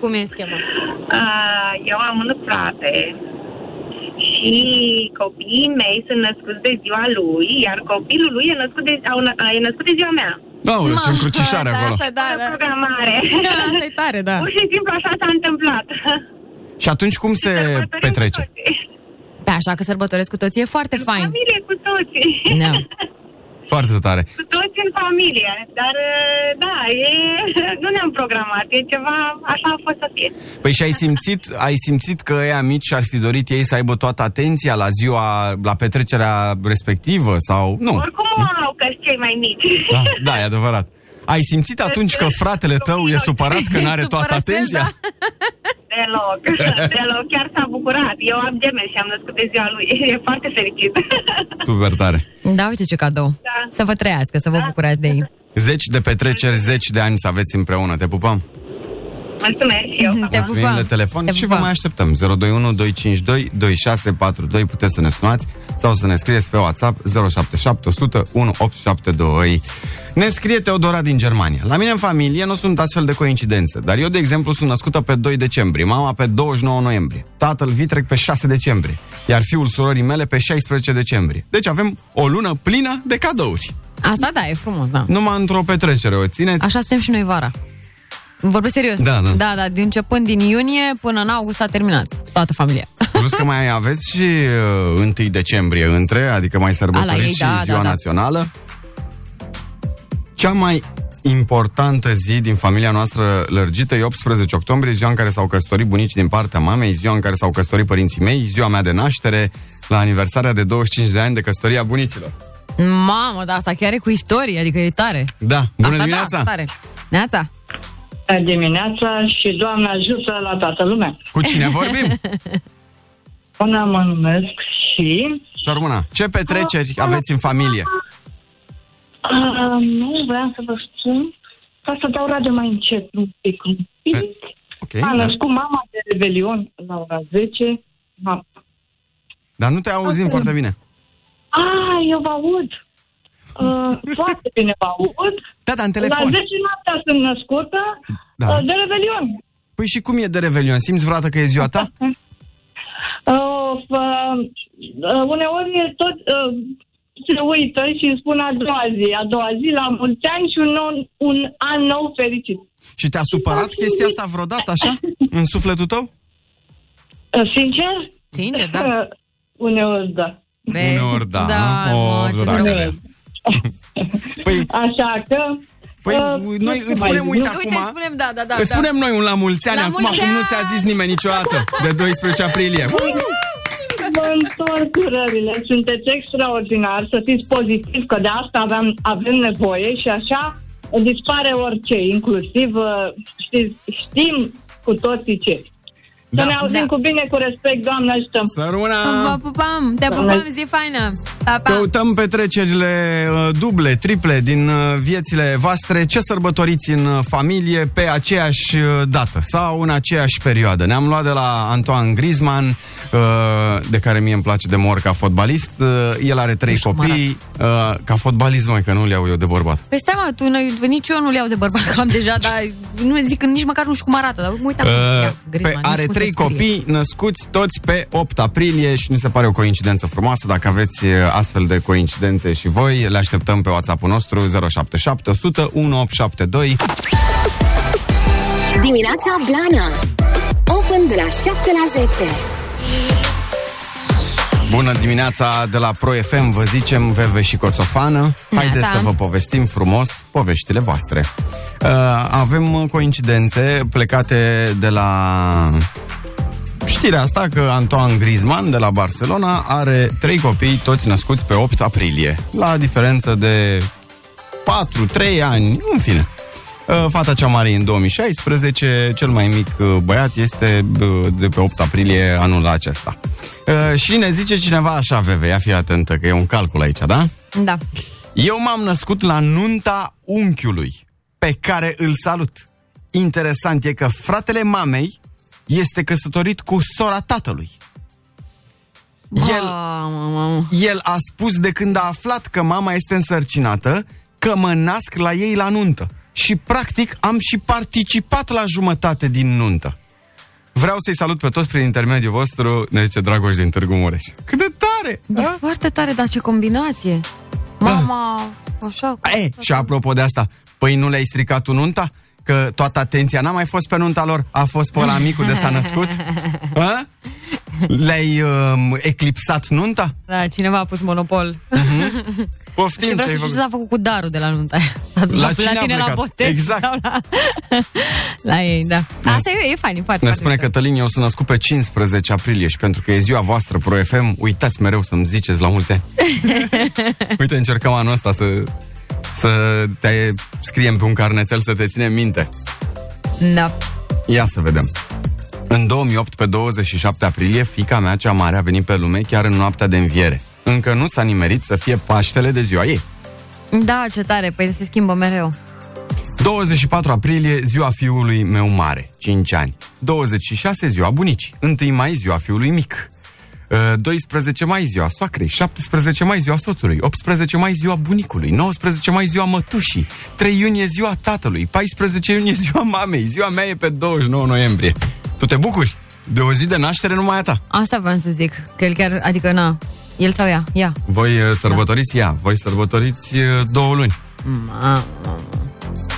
Speaker 4: Cum e schema?
Speaker 1: Uh, Eu am un frate și copiii mei sunt născuți de ziua lui, iar copilul lui e născut de, au, nă- e născut de ziua mea.
Speaker 3: Aoleu, ce
Speaker 4: Mă,
Speaker 3: încrucișare
Speaker 4: da,
Speaker 3: acolo.
Speaker 4: Asta, da,
Speaker 1: Fără
Speaker 4: da.
Speaker 1: programare.
Speaker 4: Asta e tare, da.
Speaker 1: Pur și simplu așa s-a întâmplat.
Speaker 3: Și atunci cum se
Speaker 1: Sărbătorim cu
Speaker 3: petrece?
Speaker 1: toții.
Speaker 4: Pe așa că sărbătoresc cu toții, e foarte fain.
Speaker 1: Familie cu toții.
Speaker 4: Da.
Speaker 3: Foarte tare.
Speaker 1: Cu toți în familie, dar uh, da, e, nu ne-am programat, e ceva, așa a fost să fie.
Speaker 3: Păi și ai simțit, ai simțit că ei mici ar fi dorit ei să aibă toată atenția la ziua, la petrecerea respectivă sau... Nu,
Speaker 1: Oricum o au, că cei mai mici.
Speaker 3: da, da, e adevărat. Ai simțit atunci că fratele tău e supărat că nu are toată
Speaker 4: Supărățel,
Speaker 3: atenția?
Speaker 1: Deloc, deloc, chiar s-a bucurat. Eu am gemeni și am născut de ziua lui. E foarte fericit.
Speaker 3: Super tare.
Speaker 4: Da, uite ce cadou.
Speaker 1: Da.
Speaker 4: Să vă trăiască, să vă bucurați de ei.
Speaker 3: Zeci de petreceri, zeci de ani să aveți împreună. Te pupăm.
Speaker 1: Mulțumesc și eu.
Speaker 4: Te
Speaker 3: Mulțumim
Speaker 4: pupăm.
Speaker 3: de telefon
Speaker 4: Te
Speaker 3: și vă
Speaker 4: pupăm.
Speaker 3: mai așteptăm. 021 252 2642 puteți să ne sunați sau să ne scrieți pe WhatsApp 077 1872. Ne scrie Teodora din Germania. La mine în familie nu sunt astfel de coincidențe, dar eu, de exemplu, sunt născută pe 2 decembrie, mama pe 29 noiembrie, tatăl vitrec pe 6 decembrie, iar fiul surorii mele pe 16 decembrie. Deci avem o lună plină de cadouri.
Speaker 4: Asta da, e frumos, da.
Speaker 3: Numai într-o petrecere o țineți.
Speaker 4: Așa suntem și noi vara. Vorbesc serios.
Speaker 3: Da, da.
Speaker 4: Da, da, din începând din iunie până în august a terminat toată familia.
Speaker 3: Plus că mai aveți și uh, 1 decembrie între, adică mai sărbătoriți
Speaker 4: A, la ei,
Speaker 3: și
Speaker 4: da,
Speaker 3: ziua
Speaker 4: da, da.
Speaker 3: națională. Cea mai importantă zi din familia noastră lărgită e 18 octombrie, ziua în care s-au căsătorit bunicii din partea mamei, ziua în care s-au căsătorit părinții mei, ziua mea de naștere, la aniversarea de 25 de ani de căsătoria bunicilor.
Speaker 4: Mamă, dar asta chiar e cu istorie, adică e tare.
Speaker 3: Da, bună
Speaker 4: asta
Speaker 3: dimineața!
Speaker 4: Da, tare. Neața.
Speaker 9: Bună dimineața și Doamne ajută la toată lumea.
Speaker 3: Cu cine vorbim?
Speaker 9: Una mă numesc și
Speaker 3: Sărmâna, ce petreceri aveți în familie?
Speaker 9: uh, nu vreau să vă spun ca să dau radio mai încet un pic. Un pic.
Speaker 3: Ok,
Speaker 9: A
Speaker 3: da.
Speaker 9: născut mama de Revelion la ora 10. Ma-
Speaker 3: Dar nu te auzim foarte bine.
Speaker 9: A, Ah, eu vă aud. Uh, foarte bine vă aud.
Speaker 3: Da, da, în
Speaker 9: La
Speaker 3: telefon.
Speaker 9: 10 noaptea sunt născută
Speaker 3: Da.
Speaker 9: uh, de Revelion.
Speaker 3: Păi și cum e de Revelion? Simți vreodată că e ziua ta?
Speaker 9: Uh, uh, uh, uneori e tot uh, se uită și îmi spun a doua zi, a doua zi la mulți ani și un, nou, un an nou fericit.
Speaker 3: Și te-a supărat chestia asta vreodată, așa? În sufletul tău?
Speaker 9: Uh, sincer?
Speaker 4: Sincer, da.
Speaker 9: Uh, uneori da.
Speaker 4: Be,
Speaker 3: Uneori da,
Speaker 4: da
Speaker 3: o,
Speaker 4: mă, ce
Speaker 3: dragă.
Speaker 4: drăguț.
Speaker 3: Păi,
Speaker 9: Așa că...
Speaker 3: păi
Speaker 9: uh,
Speaker 3: noi
Speaker 9: nu
Speaker 3: îți
Speaker 9: mai
Speaker 3: spunem,
Speaker 9: zic.
Speaker 3: uite,
Speaker 4: Uite,
Speaker 3: acum...
Speaker 4: spunem da, da, da.
Speaker 3: îți
Speaker 4: da.
Speaker 3: spunem noi un la mulți ani
Speaker 4: La
Speaker 3: acum,
Speaker 4: mulți
Speaker 3: cum nu ți-a
Speaker 4: ani!
Speaker 3: zis nimeni niciodată, de 12 aprilie.
Speaker 9: Vă întorc urările, sunteți extraordinari, să fiți pozitiv, că de asta avem, avem nevoie și așa dispare orice, inclusiv uh, știți, știm cu toții ce.
Speaker 3: Da.
Speaker 9: Să ne auzim
Speaker 4: Da.
Speaker 9: cu bine, cu respect, Doamne ajută!
Speaker 4: Vă
Speaker 3: Săruna!
Speaker 4: pupăm, te pupăm, zi faină. Pa, pa.
Speaker 3: Căutăm petrecerile uh, duble, triple din uh, viețile voastre. Ce sărbătoriți în uh, familie pe aceeași uh, dată sau în aceeași perioadă? Ne-am luat de la Antoine Griezmann, uh, de care mie îmi place de mor ca fotbalist. Uh, El are trei
Speaker 4: știu cum
Speaker 3: copii. uh, Ca fotbalist, mai că nu le iau eu de bărbat.
Speaker 4: Păi stai mă, tu, noi, nici eu nu le iau de bărbat, că am deja, dar nu zic, nici măcar nu știu cum arată, dar mă uitam.
Speaker 3: Uh,
Speaker 4: Ia,
Speaker 3: pe,
Speaker 4: Griezmann,
Speaker 3: are
Speaker 4: nici cum
Speaker 3: trei
Speaker 4: se scrie.
Speaker 3: copii născuți toți pe 8 aprilie și mi se pare o coincidență frumoasă. Dacă aveți uh, astfel de coincidențe și voi, le așteptăm pe WhatsApp-ul nostru 077 100 1872.
Speaker 2: Dimineața Blana Open de la 7 la 10
Speaker 3: Bună dimineața de la Pro FM, vă zicem Veve și Coțofană. Haideți
Speaker 4: Neața.
Speaker 3: să vă povestim frumos poveștile voastre. Uh, avem uh, coincidențe plecate de la știrea asta că Antoine Griezmann de la Barcelona are trei copii, toți născuți pe 8 aprilie, la diferență de 4-3 ani, în fine. Uh, Fata cea mare e în 2016, cel mai mic uh, băiat este uh, de pe 8 aprilie anul acesta. Uh, Și ne zice cineva așa, Veve, ia fii atentă că e un calcul aici, da?
Speaker 4: Da.
Speaker 3: Eu m-am născut la nunta unchiului, pe care îl salut. Interesant e că fratele mamei este căsătorit cu sora tatălui. El,
Speaker 4: Mamă, mamă.
Speaker 3: el a spus de când a aflat că mama este însărcinată că mă nasc la ei la nuntă. Și practic am și participat la jumătate din nuntă. Vreau să-i salut pe toți prin intermediul vostru, ne zice Dragoș din Târgu Mureș. Cât de tare!
Speaker 4: E foarte tare, dar ce combinație.
Speaker 3: Da.
Speaker 4: Mama, așa. cu-
Speaker 3: E, și apropo de asta, păi nu le-ai stricat tu nunta? Că toată atenția n-a mai fost pe nunta lor, a fost pe la micul de s-a născut? A? Le-ai um, eclipsat nunta?
Speaker 4: Da, cineva a pus monopol.
Speaker 3: Poftim,
Speaker 4: Și vreau să
Speaker 3: Da, te-ai
Speaker 4: știu ce
Speaker 3: făcut.
Speaker 4: s-a făcut cu darul de la nunta aia. S-a dus
Speaker 3: La
Speaker 4: pe-
Speaker 3: cine a
Speaker 4: tine la
Speaker 3: plecat?
Speaker 4: botez.
Speaker 3: Exact.
Speaker 4: sau La... la ei, da. Asta e, e fain,
Speaker 3: Ne
Speaker 4: e foarte, foarte
Speaker 3: spune
Speaker 4: mișto.
Speaker 3: Cătălin, eu sunt născut pe 15 aprilie și pentru că e ziua voastră Pro FM, uitați mereu să-mi ziceți la mulți ani. Uite, încercăm anul ăsta să, să te scriem pe un carnețel să te ținem minte.
Speaker 4: Da.
Speaker 3: Ia să vedem. În 2008, pe 27 aprilie, fica mea cea mare a venit pe lume chiar în noaptea de înviere. Încă nu s-a nimerit să fie Paștele de ziua ei.
Speaker 4: da, ce tare, păi se schimbă mereu.
Speaker 3: 24 aprilie, ziua fiului meu mare, 5 ani. 26, ziua bunicii. 1 mai, ziua fiului mic. Uh, 12 mai, ziua soacrei. 17 mai, ziua soțului. 18 mai, ziua bunicului. 19 mai, ziua mătușii. 3 iunie, ziua tatălui. 14 iunie, ziua mamei. Ziua mea e pe 29 noiembrie. Tu te bucuri? De o zi de naștere numai a ta.
Speaker 4: Asta vreau să zic, că el chiar, adică na, el sau ea, ea.
Speaker 3: Voi uh, sărbătoriți ea, voi sărbătoriți uh, două luni. Ah.
Speaker 4: Ma,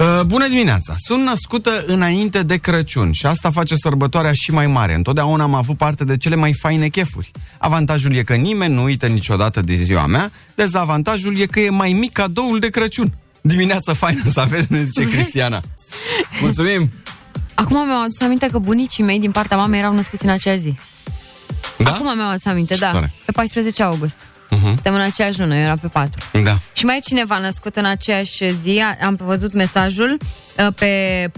Speaker 3: Uh, Bună dimineața! Sunt născută înainte de Crăciun și asta face sărbătoarea și mai mare. Întotdeauna am avut parte de cele mai faine chefuri. Avantajul e că nimeni nu uită niciodată de ziua mea, dezavantajul e că e mai mic cadoul de Crăciun. Dimineața faină să aveți, ne zice Cristiana. Mulțumim!
Speaker 4: Acum mi-am adus aminte că bunicii mei din partea mamei erau născuți în aceeași zi.
Speaker 3: Da?
Speaker 4: Acum mi-am adus aminte,
Speaker 3: Ce
Speaker 4: da.
Speaker 3: tare.
Speaker 4: Pe 14 august.
Speaker 3: Mhm.
Speaker 4: Suntem în aceeași lună, eu era pe 4.
Speaker 3: Da.
Speaker 4: Și mai e cineva născut în aceeași zi, a- am văzut mesajul uh, pe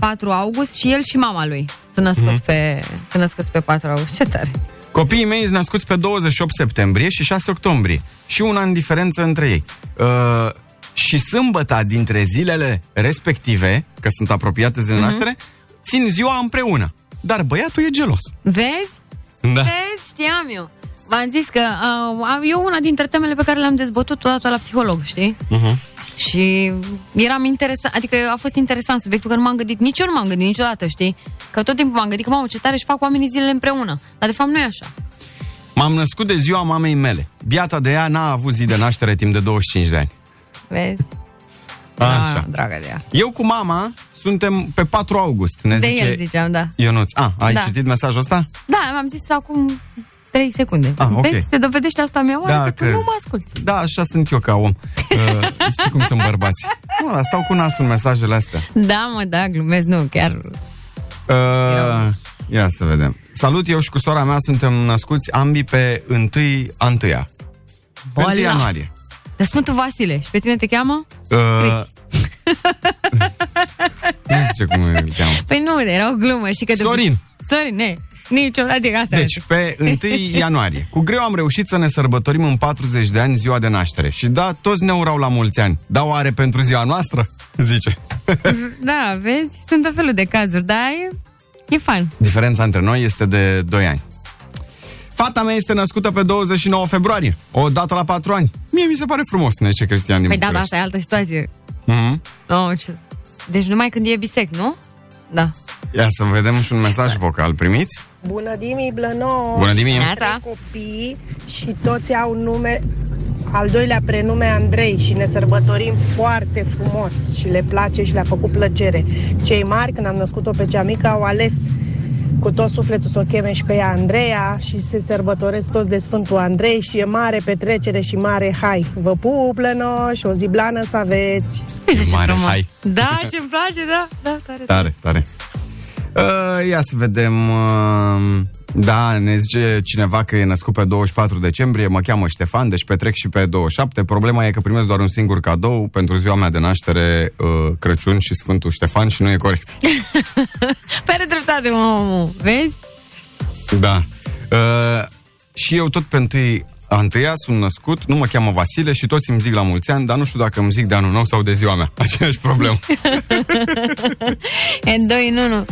Speaker 4: 4 august și el și mama lui sunt născuți, mm-hmm. pe, sunt născuți pe 4 august. Ce tare!
Speaker 3: Copiii mei sunt născuți pe 28 septembrie și 6 octombrie și un an diferență între ei. Uh, și sâmbăta dintre zilele respective, că sunt apropiate zilele
Speaker 4: Mhm.
Speaker 3: uh-huh. noastre, țin ziua împreună. Dar băiatul e gelos.
Speaker 4: Vezi?
Speaker 3: Da.
Speaker 4: Vezi? Știam eu! V-am zis că uh, am- e una dintre temele pe care le-am dezbătut odată la psiholog, știi?
Speaker 3: Mhm.
Speaker 4: Uh-huh. Și eram interesant, adică a fost interesant subiectul că nu m-am gândit, nici eu nu m-am gândit niciodată, știi? Că tot timpul m-am gândit că, mamă, ce tare își fac oamenii zilele împreună. Dar de fapt nu e așa.
Speaker 3: M-am născut de ziua mamei mele. Biata de ea n-a avut zi de naștere timp de 25 de ani.
Speaker 4: Vezi?
Speaker 3: Așa.
Speaker 4: Ah, dragă de ea.
Speaker 3: Eu cu mama suntem pe 4 august, ne
Speaker 4: De
Speaker 3: zice
Speaker 4: el ziceam, da.
Speaker 3: Ionuț. A, ai
Speaker 4: Da.
Speaker 3: citit mesajul ăsta?
Speaker 4: Da, am zis acum 3 secunde.
Speaker 3: Ah, ok.
Speaker 4: Vezi, se dovedește asta mea oară
Speaker 3: Da,
Speaker 4: că tu
Speaker 3: că-
Speaker 4: nu mă asculti.
Speaker 3: Da, așa sunt eu ca om. Uh, știi cum sunt bărbați. Nu, dar stau cu nasul în mesajele astea.
Speaker 4: Da, mă, da, glumesc, nu, chiar.
Speaker 3: Uh, ia să vedem. Salut, eu și cu sora mea suntem născuți ambii pe 1 a 1
Speaker 4: Ola!
Speaker 3: 1 ianuarie.
Speaker 4: Dar Sfântul Vasile, și pe tine te cheamă?
Speaker 3: Uh, nu știu cum îl cheamă.
Speaker 4: Păi nu, era o glumă. Și că de-
Speaker 3: Sorin.
Speaker 4: Sorin, ne, niciodată, adică asta
Speaker 3: Deci, pe 1 ianuarie. Cu greu am reușit să ne sărbătorim în 40 de ani ziua de naștere. Și da, toți ne urau la mulți ani. Da, oare pentru ziua noastră? Zice.
Speaker 4: Da, vezi, sunt tot felul de cazuri, dar e, e fan.
Speaker 3: Diferența între noi este de 2 ani. Fata mea este născută pe 29 februarie, o dată la 4 ani. Mie mi se pare frumos, ne zice Cristian din
Speaker 4: Păi da, da,
Speaker 3: București.
Speaker 4: asta e altă situație.
Speaker 3: Mhm.
Speaker 4: Oh, ce... Deci numai când e bisect, nu? Da.
Speaker 3: Ia să vedem și un mesaj vocal primit.
Speaker 10: Bună dimi, Blănoș!
Speaker 3: Bună dimineața!
Speaker 4: Neața.
Speaker 10: Copii și toți au nume, al doilea prenume Andrei și ne sărbătorim foarte frumos și le place și le-a făcut plăcere. Cei mari, când am născut-o pe cea mică, au ales cu tot sufletul să o cheme și pe ea Andreea și se sărbătoresc toți de Sfântul Andrei și e mare petrecere și mare hai. Vă pup, Blănoș, o zi blană să aveți!
Speaker 4: Uite ce
Speaker 3: Mare,
Speaker 4: frumos.
Speaker 3: hai.
Speaker 4: Da, ce-mi place, da, da, tare.
Speaker 3: Tare, tare. Uh, ia să vedem. Uh, da, ne zice cineva că e născut pe 24 decembrie, mă cheamă Ștefan, deci petrec și pe 27. Problema e că primesc doar un singur cadou pentru ziua mea de naștere, uh, Crăciun și Sfântul Ștefan și nu e corect.
Speaker 4: Pare Păi dreptate, mă, omul. Vezi?
Speaker 3: Da. Uh, și eu tot pe întâi a întâia sunt născut, nu mă cheamă Vasile și toți îmi zic la mulți ani, dar nu știu dacă îmi zic de anul nou sau de ziua mea. Aceeași problemă.
Speaker 4: E 2 în 1.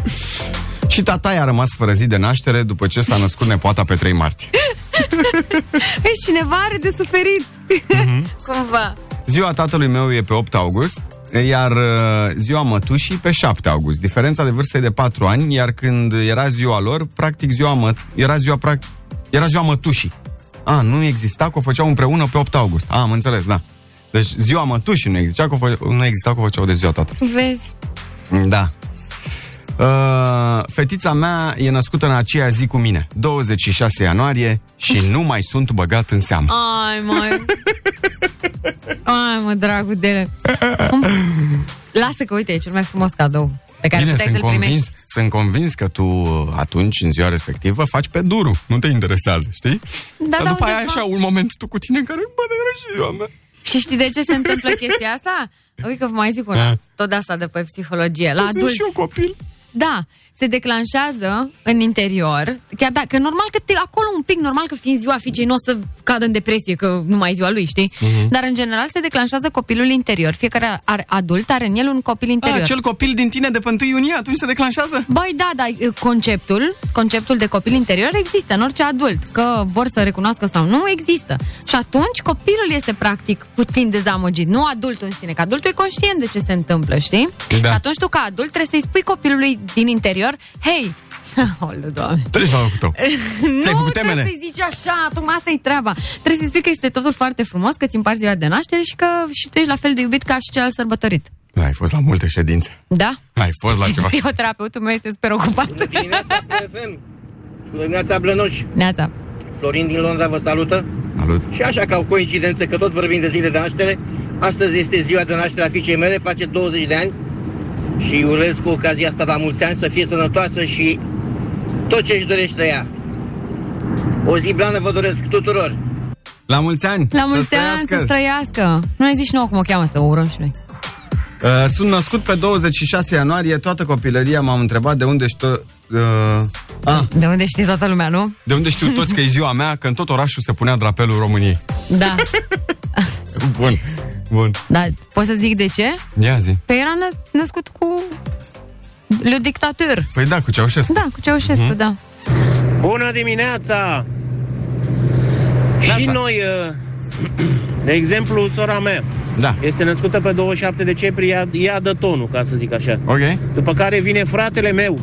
Speaker 3: și tata a rămas fără zi de naștere după ce s-a născut nepoata pe 3 martie.
Speaker 4: Ei, cineva are de suferit.
Speaker 3: Mhm.
Speaker 4: Cumva.
Speaker 3: Ziua tatălui meu e pe 8 august, iar uh, ziua mătușii pe 7 august. Diferența de vârstă e de 4 ani, iar când era ziua lor, practic ziua mă, era ziua practic, era ziua mătușii. A, nu exista că o făceau împreună pe 8 august. A, am înțeles, da. Deci ziua mătușii nu exista că o, fă, nu exista că o făceau de ziua tatălui.
Speaker 4: Vezi?
Speaker 3: Da. Uh, fetița mea e născută în aceea zi cu mine, 26 ianuarie, și nu mai sunt băgat în seamă.
Speaker 4: Ai, mă. Ai, mă, dragul de ele. Cum- Lasă că, uite, e cel mai frumos cadou pe care
Speaker 3: Bine,
Speaker 4: puteai
Speaker 3: sunt
Speaker 4: să-l
Speaker 3: convins,
Speaker 4: primești.
Speaker 3: sunt convins că tu uh, atunci, în ziua respectivă, faci pe durul. Nu te interesează, știi?
Speaker 4: Da,
Speaker 3: Dar
Speaker 4: da,
Speaker 3: după aia
Speaker 4: undeva.
Speaker 3: așa un moment tu cu tine în care, bă, de dragi, ziua mea.
Speaker 4: Și știi de ce se întâmplă chestia asta? Uite că vă mai zic una.
Speaker 3: Da. Păi
Speaker 4: Tot de asta de pe psihologie. La
Speaker 3: Sunt
Speaker 4: adulți.
Speaker 3: și eu copil.
Speaker 4: Da, se declanșează în interior. Chiar dacă, normal că te, acolo un pic, normal că fiind ziua fiicei, nu o să cadă în depresie, că nu mai e ziua lui, știi?
Speaker 3: Mhm.
Speaker 4: Dar, în general, se declanșează copilul interior. Fiecare ar, adult are în el un copil interior.
Speaker 3: A, Ah, cel copil din tine de pe 1 iunie, atunci se declanșează?
Speaker 4: Băi, da, dar e, conceptul, conceptul de copil interior există în orice adult, că vor să recunoască sau nu, există. Și atunci copilul este practic puțin dezamăgit, nu adultul în sine, că adultul e conștient de ce se întâmplă, știi?
Speaker 3: Da.
Speaker 4: Și atunci tu ca adult trebuie să-i spui copilului din interior, hei, Olu, doamne.
Speaker 3: Treci la locul tău.
Speaker 4: nu
Speaker 3: Ți-ai făcut temele?
Speaker 4: trebuie să-i zici așa, tocmai asta e treaba. Trebuie să-i spui că este totul foarte frumos, că ți împarți ziua de naștere și că și tu ești la fel de iubit ca și celălalt sărbătorit.
Speaker 3: Ai fost la multe ședințe.
Speaker 4: Da?
Speaker 3: Ai fost la ceva.
Speaker 4: Psihoterapeutul meu este super ocupat.
Speaker 7: Bună dimineața, Blănoși!
Speaker 4: Neața.
Speaker 7: Florin din Londra vă salută.
Speaker 3: Salut.
Speaker 7: Și așa ca o coincidență că tot vorbim de zile de naștere, astăzi este ziua de naștere a fiicei mele, face 20 de ani și îi urez cu ocazia asta la mulți ani să fie sănătoasă și tot ce își dorește ea. O zi blană vă doresc tuturor!
Speaker 3: La mulți ani!
Speaker 4: La
Speaker 3: Să
Speaker 4: mulți ani
Speaker 3: trăiască!
Speaker 4: să trăiască. Nu ne zici nouă cum o cheamă, să o urăm și noi.
Speaker 3: Uh, sunt născut pe 26 ianuarie, toată copilăria m-am întrebat de unde știu... Uh, a,
Speaker 4: De unde știi toată lumea, nu?
Speaker 3: de unde știu toți că e ziua mea, că în tot orașul se punea drapelul României.
Speaker 4: Da.
Speaker 3: Bun, bun.
Speaker 4: Dar pot să zic de ce?
Speaker 3: Ia zi.
Speaker 4: Pe era nă- născut cu le dictator.
Speaker 3: Păi da, cu Ceaușescu.
Speaker 4: Da, cu Ceaușescu,
Speaker 3: Mhm.
Speaker 4: mm-hmm. da.
Speaker 8: Bună dimineața! Și noi, uh, de exemplu, sora mea
Speaker 3: Da.
Speaker 8: este născută pe 27 decembrie, ea, ea dă tonul, ca să zic așa.
Speaker 3: Ok.
Speaker 8: După care vine fratele meu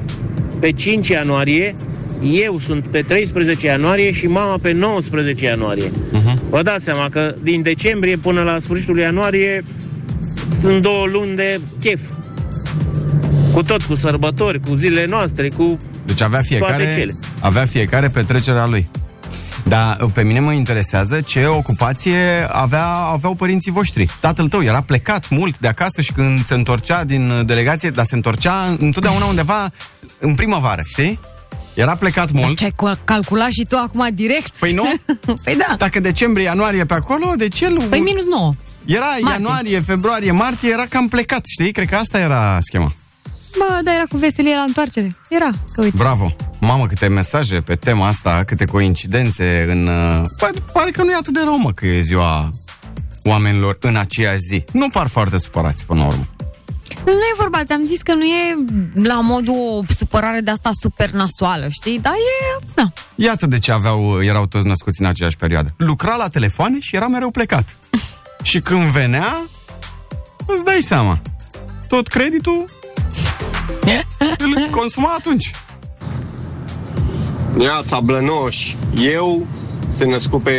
Speaker 8: pe 5 ianuarie, eu sunt pe 13 ianuarie și mama pe 19 ianuarie.
Speaker 3: Uh-huh.
Speaker 11: Mhm.
Speaker 8: Vă dați seama că din decembrie până la sfârșitul ianuarie sunt două luni de chef. Cu tot, cu sărbători, cu zilele noastre, cu...
Speaker 3: Deci avea fiecare,
Speaker 8: cele.
Speaker 3: avea fiecare petrecerea lui. Dar uh, pe mine mă interesează ce ocupație avea, aveau părinții voștri. Tatăl tău era plecat mult de acasă și când se întorcea din uh, delegație, dar se întorcea întotdeauna undeva în primăvară, știi? Era plecat
Speaker 4: Dar
Speaker 3: mult.
Speaker 4: ce ai cu- calculat și tu acum direct?
Speaker 3: Păi nu?
Speaker 4: Păi da.
Speaker 3: Dacă decembrie, ianuarie pe acolo, de ce nu?
Speaker 4: Păi minus 9.
Speaker 3: Era ianuarie, februarie, martie, era cam plecat, știi? Cred că asta era schema.
Speaker 4: Bă, dar era cu veselie la întoarcere. Era, că uite.
Speaker 3: Bravo! Mamă, câte mesaje pe tema asta, câte coincidențe în... uh, Pa, pare că nu e atât de rău, mă, că e ziua oamenilor în aceeași zi. Nu par foarte supărați până la urmă.
Speaker 4: Nu e vorba, ți-am zis că nu e la modul o supărare de asta super nasoală, știi? Dar e, na,
Speaker 3: Iată de ce aveau, uh, erau toți născuți în aceeași perioadă. Lucra la telefoane și era mereu plecat. și când venea, îți dai seama. Tot creditul îl consuma atunci.
Speaker 12: Neața Blănoș, eu sunt născut pe,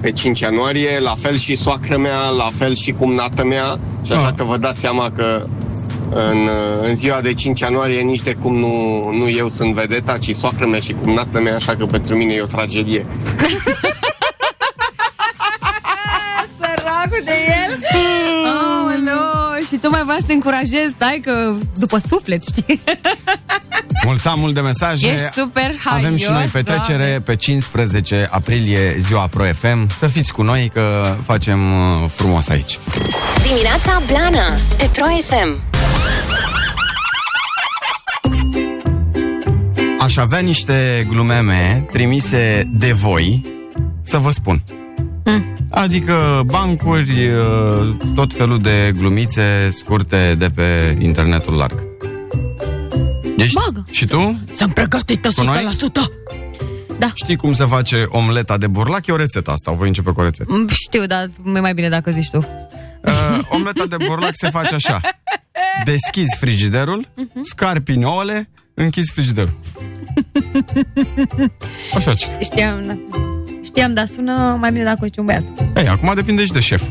Speaker 12: pe 5 ianuarie, la fel și soacră mea, la fel și cumnată mea și așa
Speaker 3: Ah.
Speaker 12: că vă dați seama că în, în ziua de 5 ianuarie nici de cum nu, nu eu sunt vedeta, ci soacră mea și cumnată mea, așa că pentru mine e o tragedie.
Speaker 4: Săracul de el Aoleu, Și tocmai vreau să te încurajez Stai că după suflet, știi?
Speaker 3: Mulți am mult de mesaje.
Speaker 4: Ești super haios,
Speaker 3: Avem și noi petrecere
Speaker 4: Doamne.
Speaker 3: pe 15 aprilie, ziua Pro FM. Să fiți cu noi că facem uh, frumos aici.
Speaker 2: Dimineața Blana Pe Pro FM
Speaker 3: Aș avea niște glumeme trimise de voi să vă spun.
Speaker 4: Hmm.
Speaker 3: Adică bancuri, uh, tot felul de glumițe scurte de pe internetul larg. Ești
Speaker 4: Bagă.
Speaker 3: și tu?
Speaker 4: Sunt pregătită
Speaker 3: Cu noi?
Speaker 4: 100% Da.
Speaker 3: Știi cum se face omleta de burlac? E o rețetă asta, o voi începe cu o rețetă.
Speaker 4: Mm, Știu, dar e mai bine dacă zici tu.
Speaker 3: Uh, omleta de burlac se face așa. Deschizi frigiderul, scarpi ouăle, închizi frigiderul. Așa ce.
Speaker 4: Știam, da. Știam, dar sună mai bine dacă o zice un băiat.
Speaker 3: Ei, acum depinde și de șef.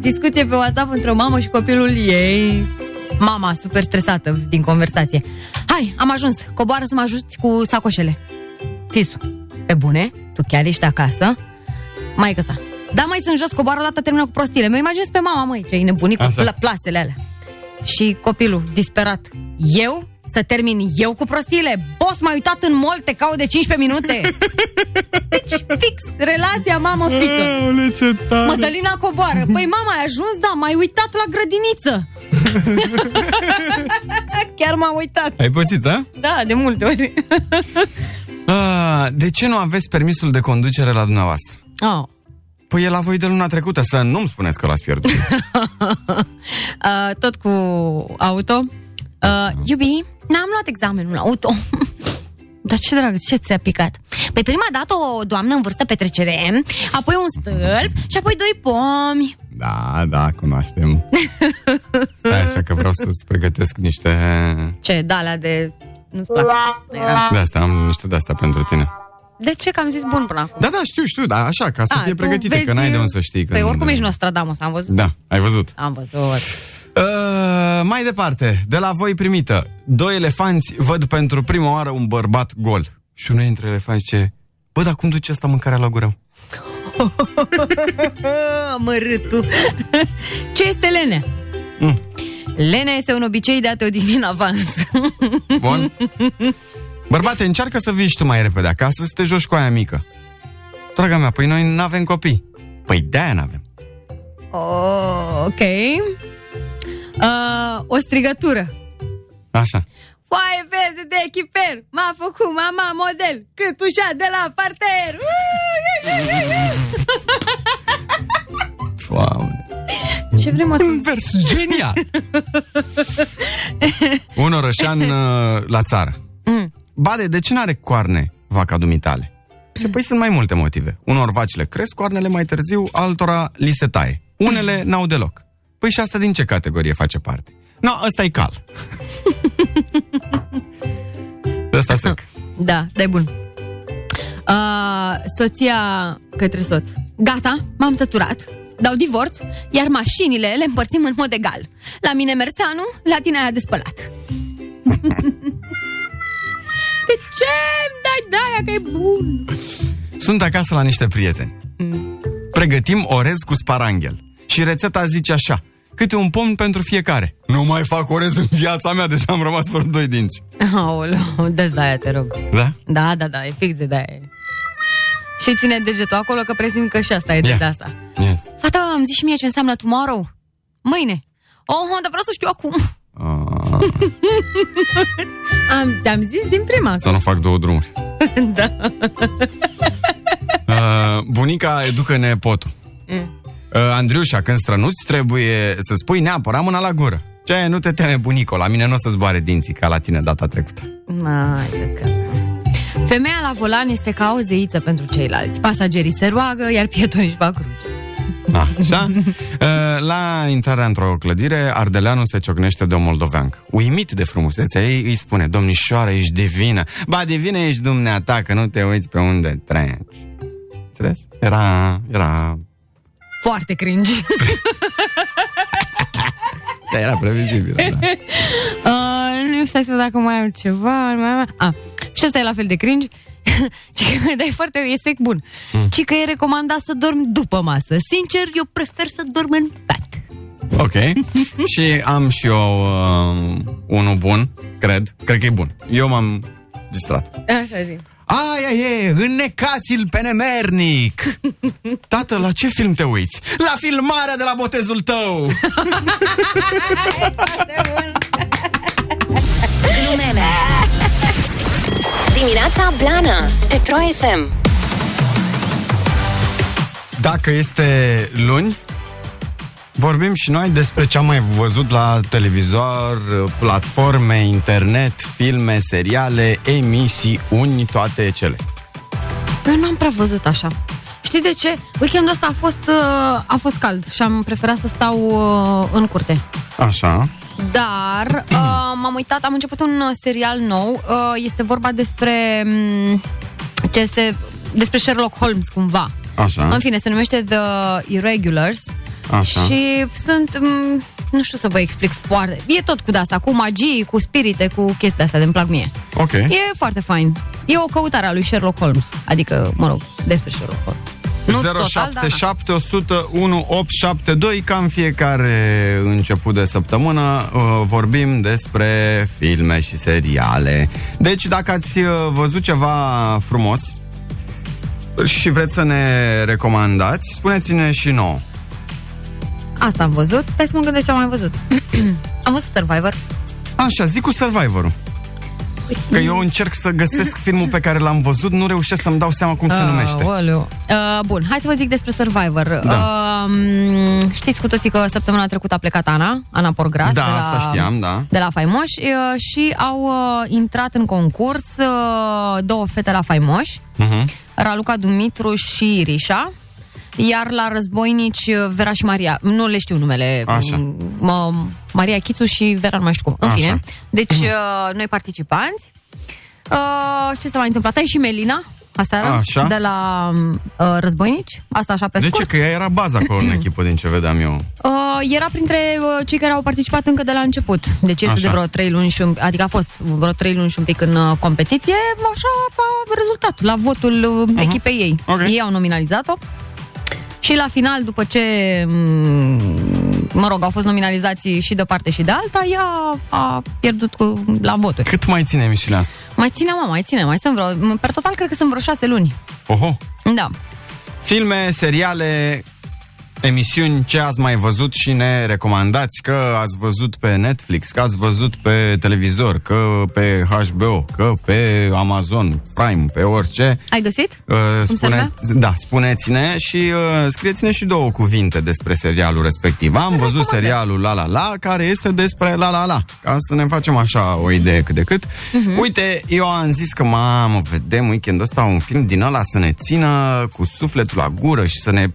Speaker 4: Discuție pe WhatsApp între o mamă și copilul ei. Mama, super stresată din conversație. Hai, am ajuns. Coboară să mă ajuți cu sacoșele. Fisul. Pe bune? Tu chiar ești acasă? Maică sa. Da, mai sunt jos, coboară o dată, termină cu prostile. Mă imaginez pe mama, măi, ce e nebunit cu
Speaker 13: Asta.
Speaker 4: pla- plasele alea. Și copilul, disperat. Eu? Să termin eu cu prostiile? Boss m-a uitat în mol, te caut de 15 minute. Deci, fix, relația mamă-fică.
Speaker 3: ce tare.
Speaker 4: Mădălina coboară. Păi mama, ai ajuns? Da, m-ai uitat la grădiniță. Chiar m-am uitat.
Speaker 3: Ai pățit, da?
Speaker 4: Da, de multe ori.
Speaker 3: Ah, De ce nu aveți permisul de conducere la dumneavoastră?
Speaker 4: Oh.
Speaker 3: Păi e la voi de luna trecută, să nu-mi spuneți că l-ați pierdut.
Speaker 4: Uh, tot cu auto. Uh, iubi, n-am luat examenul la auto. Dar ce dragă, ce ți-a picat? Păi prima dată o doamnă în vârstă petrecere, apoi un stâlp și apoi doi pomi.
Speaker 3: Da, da, cunoaștem. Stai așa că vreau să-ți pregătesc niște...
Speaker 4: Ce, da, alea de... Nu-ți plac.
Speaker 3: De asta, am niște de asta pentru tine.
Speaker 4: De ce că am zis bun până acum?
Speaker 3: Da, da, știu, știu, da, așa, ca să
Speaker 4: A,
Speaker 3: fie
Speaker 4: tu
Speaker 3: pregătite, că da.
Speaker 4: vezi-
Speaker 3: n-ai de unde să știi.
Speaker 4: Păi
Speaker 3: când-
Speaker 4: oricum ești Nostradamus, am văzut.
Speaker 3: Da, ai văzut.
Speaker 4: Am văzut.
Speaker 3: Uh, mai departe, de la voi primită, doi elefanți văd pentru prima oară un bărbat gol. Și unul dintre elefanți zice, bă, dar cum duce asta mâncarea la gură?
Speaker 4: Mărâtul. Ce este lenea?
Speaker 3: Mm.
Speaker 4: Lenea este un obicei de a te odihni în avans.
Speaker 3: Bun? Bărbate, încearcă să vii și tu mai repede acasă să te joci cu aia mică. Draga mea, păi noi n-avem copii. Păi de-aia n-avem.
Speaker 4: Oh, ok. Uh, o strigătură.
Speaker 3: Așa.
Speaker 4: Foaie verde de echiper, m-a făcut mama model, cât ușa de la parter.
Speaker 3: Doamne.
Speaker 4: Ce vrem Un
Speaker 3: vers genial. Un orășan uh, la țară.
Speaker 4: Mm.
Speaker 3: Bade, de ce n-are coarne vaca dumitale?
Speaker 4: Mm.
Speaker 3: Și păi sunt mai multe motive. Unor vaci le cresc coarnele mai târziu, altora li se taie. Unele
Speaker 4: Mm.
Speaker 3: n-au deloc. Păi și asta din ce categorie face parte? No, ăsta e cal. ăsta sec.
Speaker 4: Da, dai bun. Uh, soția către soț. Gata, m-am săturat, dau divorț, iar mașinile le împărțim în mod egal. La mine mersanul, la tine aia de spălat. de ce îmi dai de aia că e bun?
Speaker 3: Sunt acasă la niște prieteni.
Speaker 4: Mm.
Speaker 3: Pregătim orez cu sparanghel. Și rețeta zice așa. Câte un pom pentru fiecare. Nu mai fac orez în viața mea, deja am rămas fără doi dinți.
Speaker 4: Aoleu, dă de aia, te rog.
Speaker 3: Da?
Speaker 4: Da, da, da, e fix de de Și ține degetul acolo că presim că și asta e de
Speaker 3: Ia.
Speaker 4: de asta.
Speaker 3: Yes.
Speaker 4: Fata, îmi zici și mie ce înseamnă tomorrow? Mâine. Oh, dar vreau să știu acum. Am, ți-am zis din prima.
Speaker 3: Să nu fac două drumuri.
Speaker 4: da.
Speaker 3: Uh, bunica educă nepotul.
Speaker 4: Mm.
Speaker 3: Uh, Andriușa, când strănuți, trebuie să spui neapărat mâna la gură. Ce nu te teme, bunico, la mine nu o să-ți bare dinții ca la tine data trecută.
Speaker 4: Mai de cap. Femeia la volan este ca o zeiță pentru ceilalți. Pasagerii se roagă, iar pietonii își fac rugi.
Speaker 3: Așa? Uh, La intrarea într-o clădire, Ardeleanu se ciocnește de o moldoveancă. Uimit de frumusețea ei, îi spune, domnișoară, ești divină. Ba, divină ești dumneata, că nu te uiți pe unde treci. Înțeles? Era, era,
Speaker 4: Foarte cringe.
Speaker 3: era previzibil. Da.
Speaker 4: Uh, nu stai să văd dacă mai am ceva. nu Mai am... Ah, și asta e la fel de cringe. Ci că, dar e foarte, e sec bun. Mm. Ci că e recomandat să dormi după masă. Sincer, eu prefer să dorm în
Speaker 3: Ok. și am și eu uh, unul bun, cred. Cred că e bun. Eu m-am distrat.
Speaker 4: Așa zi.
Speaker 3: Aia e, înnecați-l pe nemernic! Tată, la ce film te uiți? La filmarea de la botezul tău!
Speaker 2: Glumele Dimineața Blana Pe Pro FM
Speaker 3: Dacă este luni, Vorbim și noi despre ce am mai văzut la televizor, platforme, internet, filme, seriale, emisiuni, toate cele.
Speaker 4: Eu n-am prea văzut așa. Știi de ce? Weekendul ăsta a fost, uh, a fost cald și am preferat să stau uh, în curte.
Speaker 3: Așa.
Speaker 4: Dar uh, m-am uitat, am început un uh, serial nou. Uh, este vorba despre um, ce se, despre Sherlock Holmes cumva.
Speaker 3: Așa.
Speaker 4: În fine, se numește The Irregulars.
Speaker 3: Ah. Așa.
Speaker 4: Și sunt, um, nu știu să vă explic foarte. E tot cu de asta, cu magii, cu spirite, cu chestia asta, de-mi plac mie.
Speaker 3: Ok.
Speaker 4: E foarte fain. E o căutare a lui Sherlock Holmes. Adică, mă rog, despre Sherlock Holmes. Nu da. total, dar...
Speaker 3: 077 101 872 Ca în fiecare început de săptămână uh, Vorbim despre filme și seriale Deci dacă ați uh, văzut ceva frumos Și vreți să ne recomandați Spuneți-ne și nouă
Speaker 4: Asta am văzut. Stai să mă gândesc ce am mai văzut. am văzut Survivor.
Speaker 3: Așa, zic cu Survivorul Că eu încerc să găsesc filmul pe care l-am văzut Nu reușesc să-mi dau seama cum se numește
Speaker 4: Uh, bun, hai să vă zic despre Survivor.
Speaker 3: Da.
Speaker 4: Uh, știți cu toții că săptămâna trecută a plecat Ana, Ana Porgras.
Speaker 3: Da,
Speaker 4: de la,
Speaker 3: asta știam, da.
Speaker 4: De la Faimoși uh, și au uh, intrat în concurs uh, două fete la Faimoși.
Speaker 3: Uh-huh.
Speaker 4: Raluca Dumitru și Rișa. Iar la războinici Vera și Maria, nu le știu numele,
Speaker 3: Așa.
Speaker 4: Mă, Maria Chițu și Vera nu mai știu cum. În
Speaker 3: Așa. Mhm.
Speaker 4: fine, deci uh, noi participanți. Uh, ce s-a mai întâmplat? Ai și Melina aseară
Speaker 3: Așa.
Speaker 4: de la uh, războinici, asta așa pe
Speaker 3: De
Speaker 4: scurt.
Speaker 3: ce? Că ea era baza acolo în echipă din ce vedeam eu
Speaker 4: Uh, era printre uh, cei care au participat încă de la început. Deci este
Speaker 3: Așa.
Speaker 4: de vreo 3 luni și un, adică a fost vreo 3 luni și un pic în uh, competiție, așa a rezultat la votul
Speaker 3: Mhm.
Speaker 4: uh, echipei ei. Okay. Ei au nominalizat-o. Și la final, după ce, m, mă rog, au fost nominalizați și de o parte și de alta, ea a pierdut cu, la voturi.
Speaker 3: Cât mai ține emisiunea asta?
Speaker 4: Mai ține, mă, mai ține, mai sunt vreo, m, per total cred că sunt vreo 6 luni.
Speaker 3: Oho!
Speaker 4: Da.
Speaker 3: Filme, seriale, emisiuni, ce ați mai văzut și ne recomandați, că ați văzut pe Netflix, că ați văzut pe televizor, că pe HBO, că pe Amazon Prime, pe orice.
Speaker 4: Ai găsit?
Speaker 3: Uh,
Speaker 4: Cum se
Speaker 3: Spune,
Speaker 4: numea?
Speaker 3: da, spuneți-ne și uh, scrieți-ne și două cuvinte despre serialul respectiv. Am
Speaker 4: Păi
Speaker 3: văzut serialul La La La, care este despre La La La, ca să ne facem așa o idee cât de cât.
Speaker 4: Mhm.
Speaker 3: Uh-huh. Uite, eu am zis că, mamă, vedem weekendul ăsta un film din ăla să ne țină cu sufletul la gură și să ne...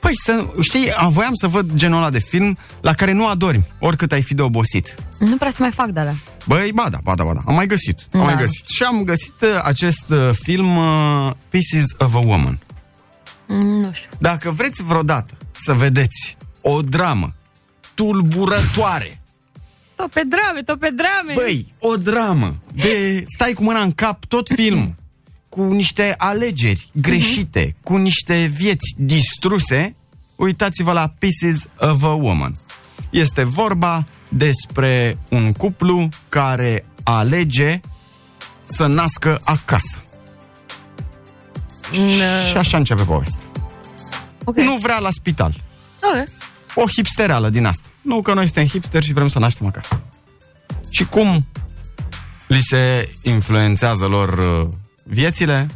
Speaker 3: Păi, să, știi, am- voiam să văd genul ăla de film la care nu adormi, oricât ai fi de obosit.
Speaker 4: Nu prea se mai fac de alea.
Speaker 3: Băi, ba da, ba da, ba da, am mai găsit, am
Speaker 4: Da.
Speaker 3: mai găsit. Și am găsit uh, acest uh, film uh, Pieces of a Woman.
Speaker 4: Mm, Nu știu.
Speaker 3: Dacă vreți vreodată să vedeți o dramă tulburătoare,
Speaker 4: Tot pe drame, tot pe drame.
Speaker 3: băi, o dramă de stai cu mâna în cap tot filmul, cu niște alegeri greșite, cu niște vieți distruse, uitați-vă la Pieces of a Woman. Este vorba despre un cuplu care alege să nască acasă. Și așa începe povestea.
Speaker 4: Okay.
Speaker 3: Nu vrea la spital.
Speaker 4: Ok.
Speaker 3: o hipstereală din asta. Nu că noi suntem hipster și vrem să naștem acasă. Și cum li se influențează lor uh, viețile,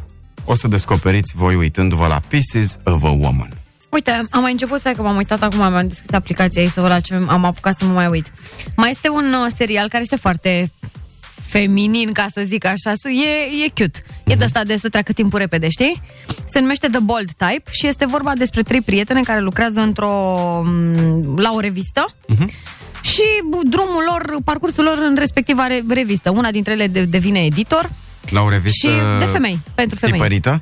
Speaker 3: o să descoperiți voi uitându-vă la Pieces of a Woman.
Speaker 4: Uite, am mai început să că m-am uitat acum, mi-am deschis aplicația ei să văd la ce am apucat să mă mai uit. Mai este un uh, serial care este foarte feminin, ca să zic așa, să- e, e cute. E
Speaker 3: Mhm.
Speaker 4: de asta de să treacă timpul repede, știi? Se numește The Bold Type și este vorba despre trei prietene care lucrează într-o m, la o revistă și bu, drumul lor, parcursul lor în respectiva re- revistă. Una dintre ele de- devine editor
Speaker 3: La o revistă
Speaker 4: și de femei, pentru femei.
Speaker 3: tipărită.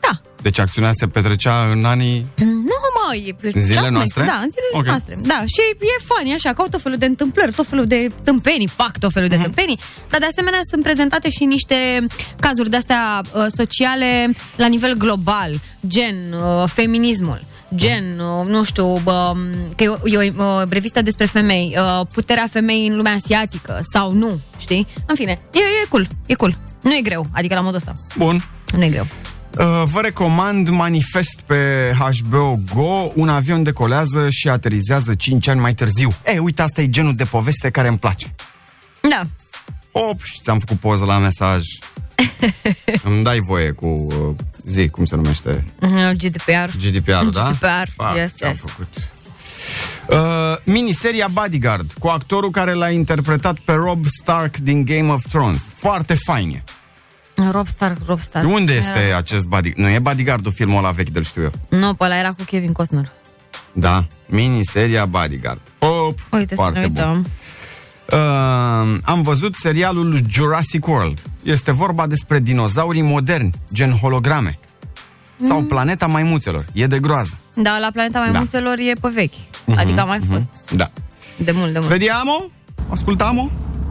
Speaker 4: Da.
Speaker 3: Deci acțiunea se petrecea în anii...
Speaker 4: Nu, mă, e
Speaker 3: În zilele
Speaker 4: cea mai-
Speaker 3: noastre?
Speaker 4: Da, în zilele
Speaker 3: Ok.
Speaker 4: okay. noastre. Da, și e fun, e așa, ca tot felul de întâmplări, tot felul de tâmpenii, fac tot felul de
Speaker 3: Mhm.
Speaker 4: tâmpenii, dar de asemenea sunt prezentate și niște cazuri de-astea uh, sociale la nivel global, gen uh, feminismul, gen, uh, nu știu, bă, m, că e o, e o uh, revistă despre femei, uh, puterea femeii în lumea asiatică sau nu, știi? În fine, e, e cool, e cool. Nu e greu, adică la modul ăsta.
Speaker 3: Bun.
Speaker 4: Nu e greu.
Speaker 3: Uh, Vă recomand manifest pe HBO Go, un avion decolează și aterizează 5 ani mai târziu. E, uite, asta e genul de poveste care îmi place.
Speaker 4: Da,
Speaker 3: Hop, și ți-am făcut poză la mesaj. Îmi dai voie cu, uh, zi, cum se numește,
Speaker 4: Uh, GDPR.
Speaker 3: GDPR, da?
Speaker 4: GDPR,
Speaker 3: Pac,
Speaker 4: yes,
Speaker 3: ți-am
Speaker 4: yes.
Speaker 3: făcut. Uh, miniseria Bodyguard, cu actorul care l-a interpretat pe Rob Stark din Game of Thrones. Foarte faine.
Speaker 4: Rob Stark, Rob Stark.
Speaker 3: Unde este acest bodyguard? Nu e bodyguardul filmul ăla vechi, de știu eu.
Speaker 4: Nu, no, pe ăla era cu Kevin Costner.
Speaker 3: Da, miniseria Bodyguard. Hop,
Speaker 4: Uite
Speaker 3: foarte
Speaker 4: să ne
Speaker 3: bun.
Speaker 4: uităm.
Speaker 3: Uh, am văzut serialul Jurassic World. Este vorba despre dinozaurii moderni, gen holograme. Mm. Sau Planeta Maimuțelor. E de groază.
Speaker 4: Da, la Planeta Maimuțelor e pe vechi.
Speaker 3: Mhm,
Speaker 4: Adică a mai fost.
Speaker 3: Da.
Speaker 4: De mult,
Speaker 3: Păi,
Speaker 4: de mult.
Speaker 3: Vediamo? Ascultamo?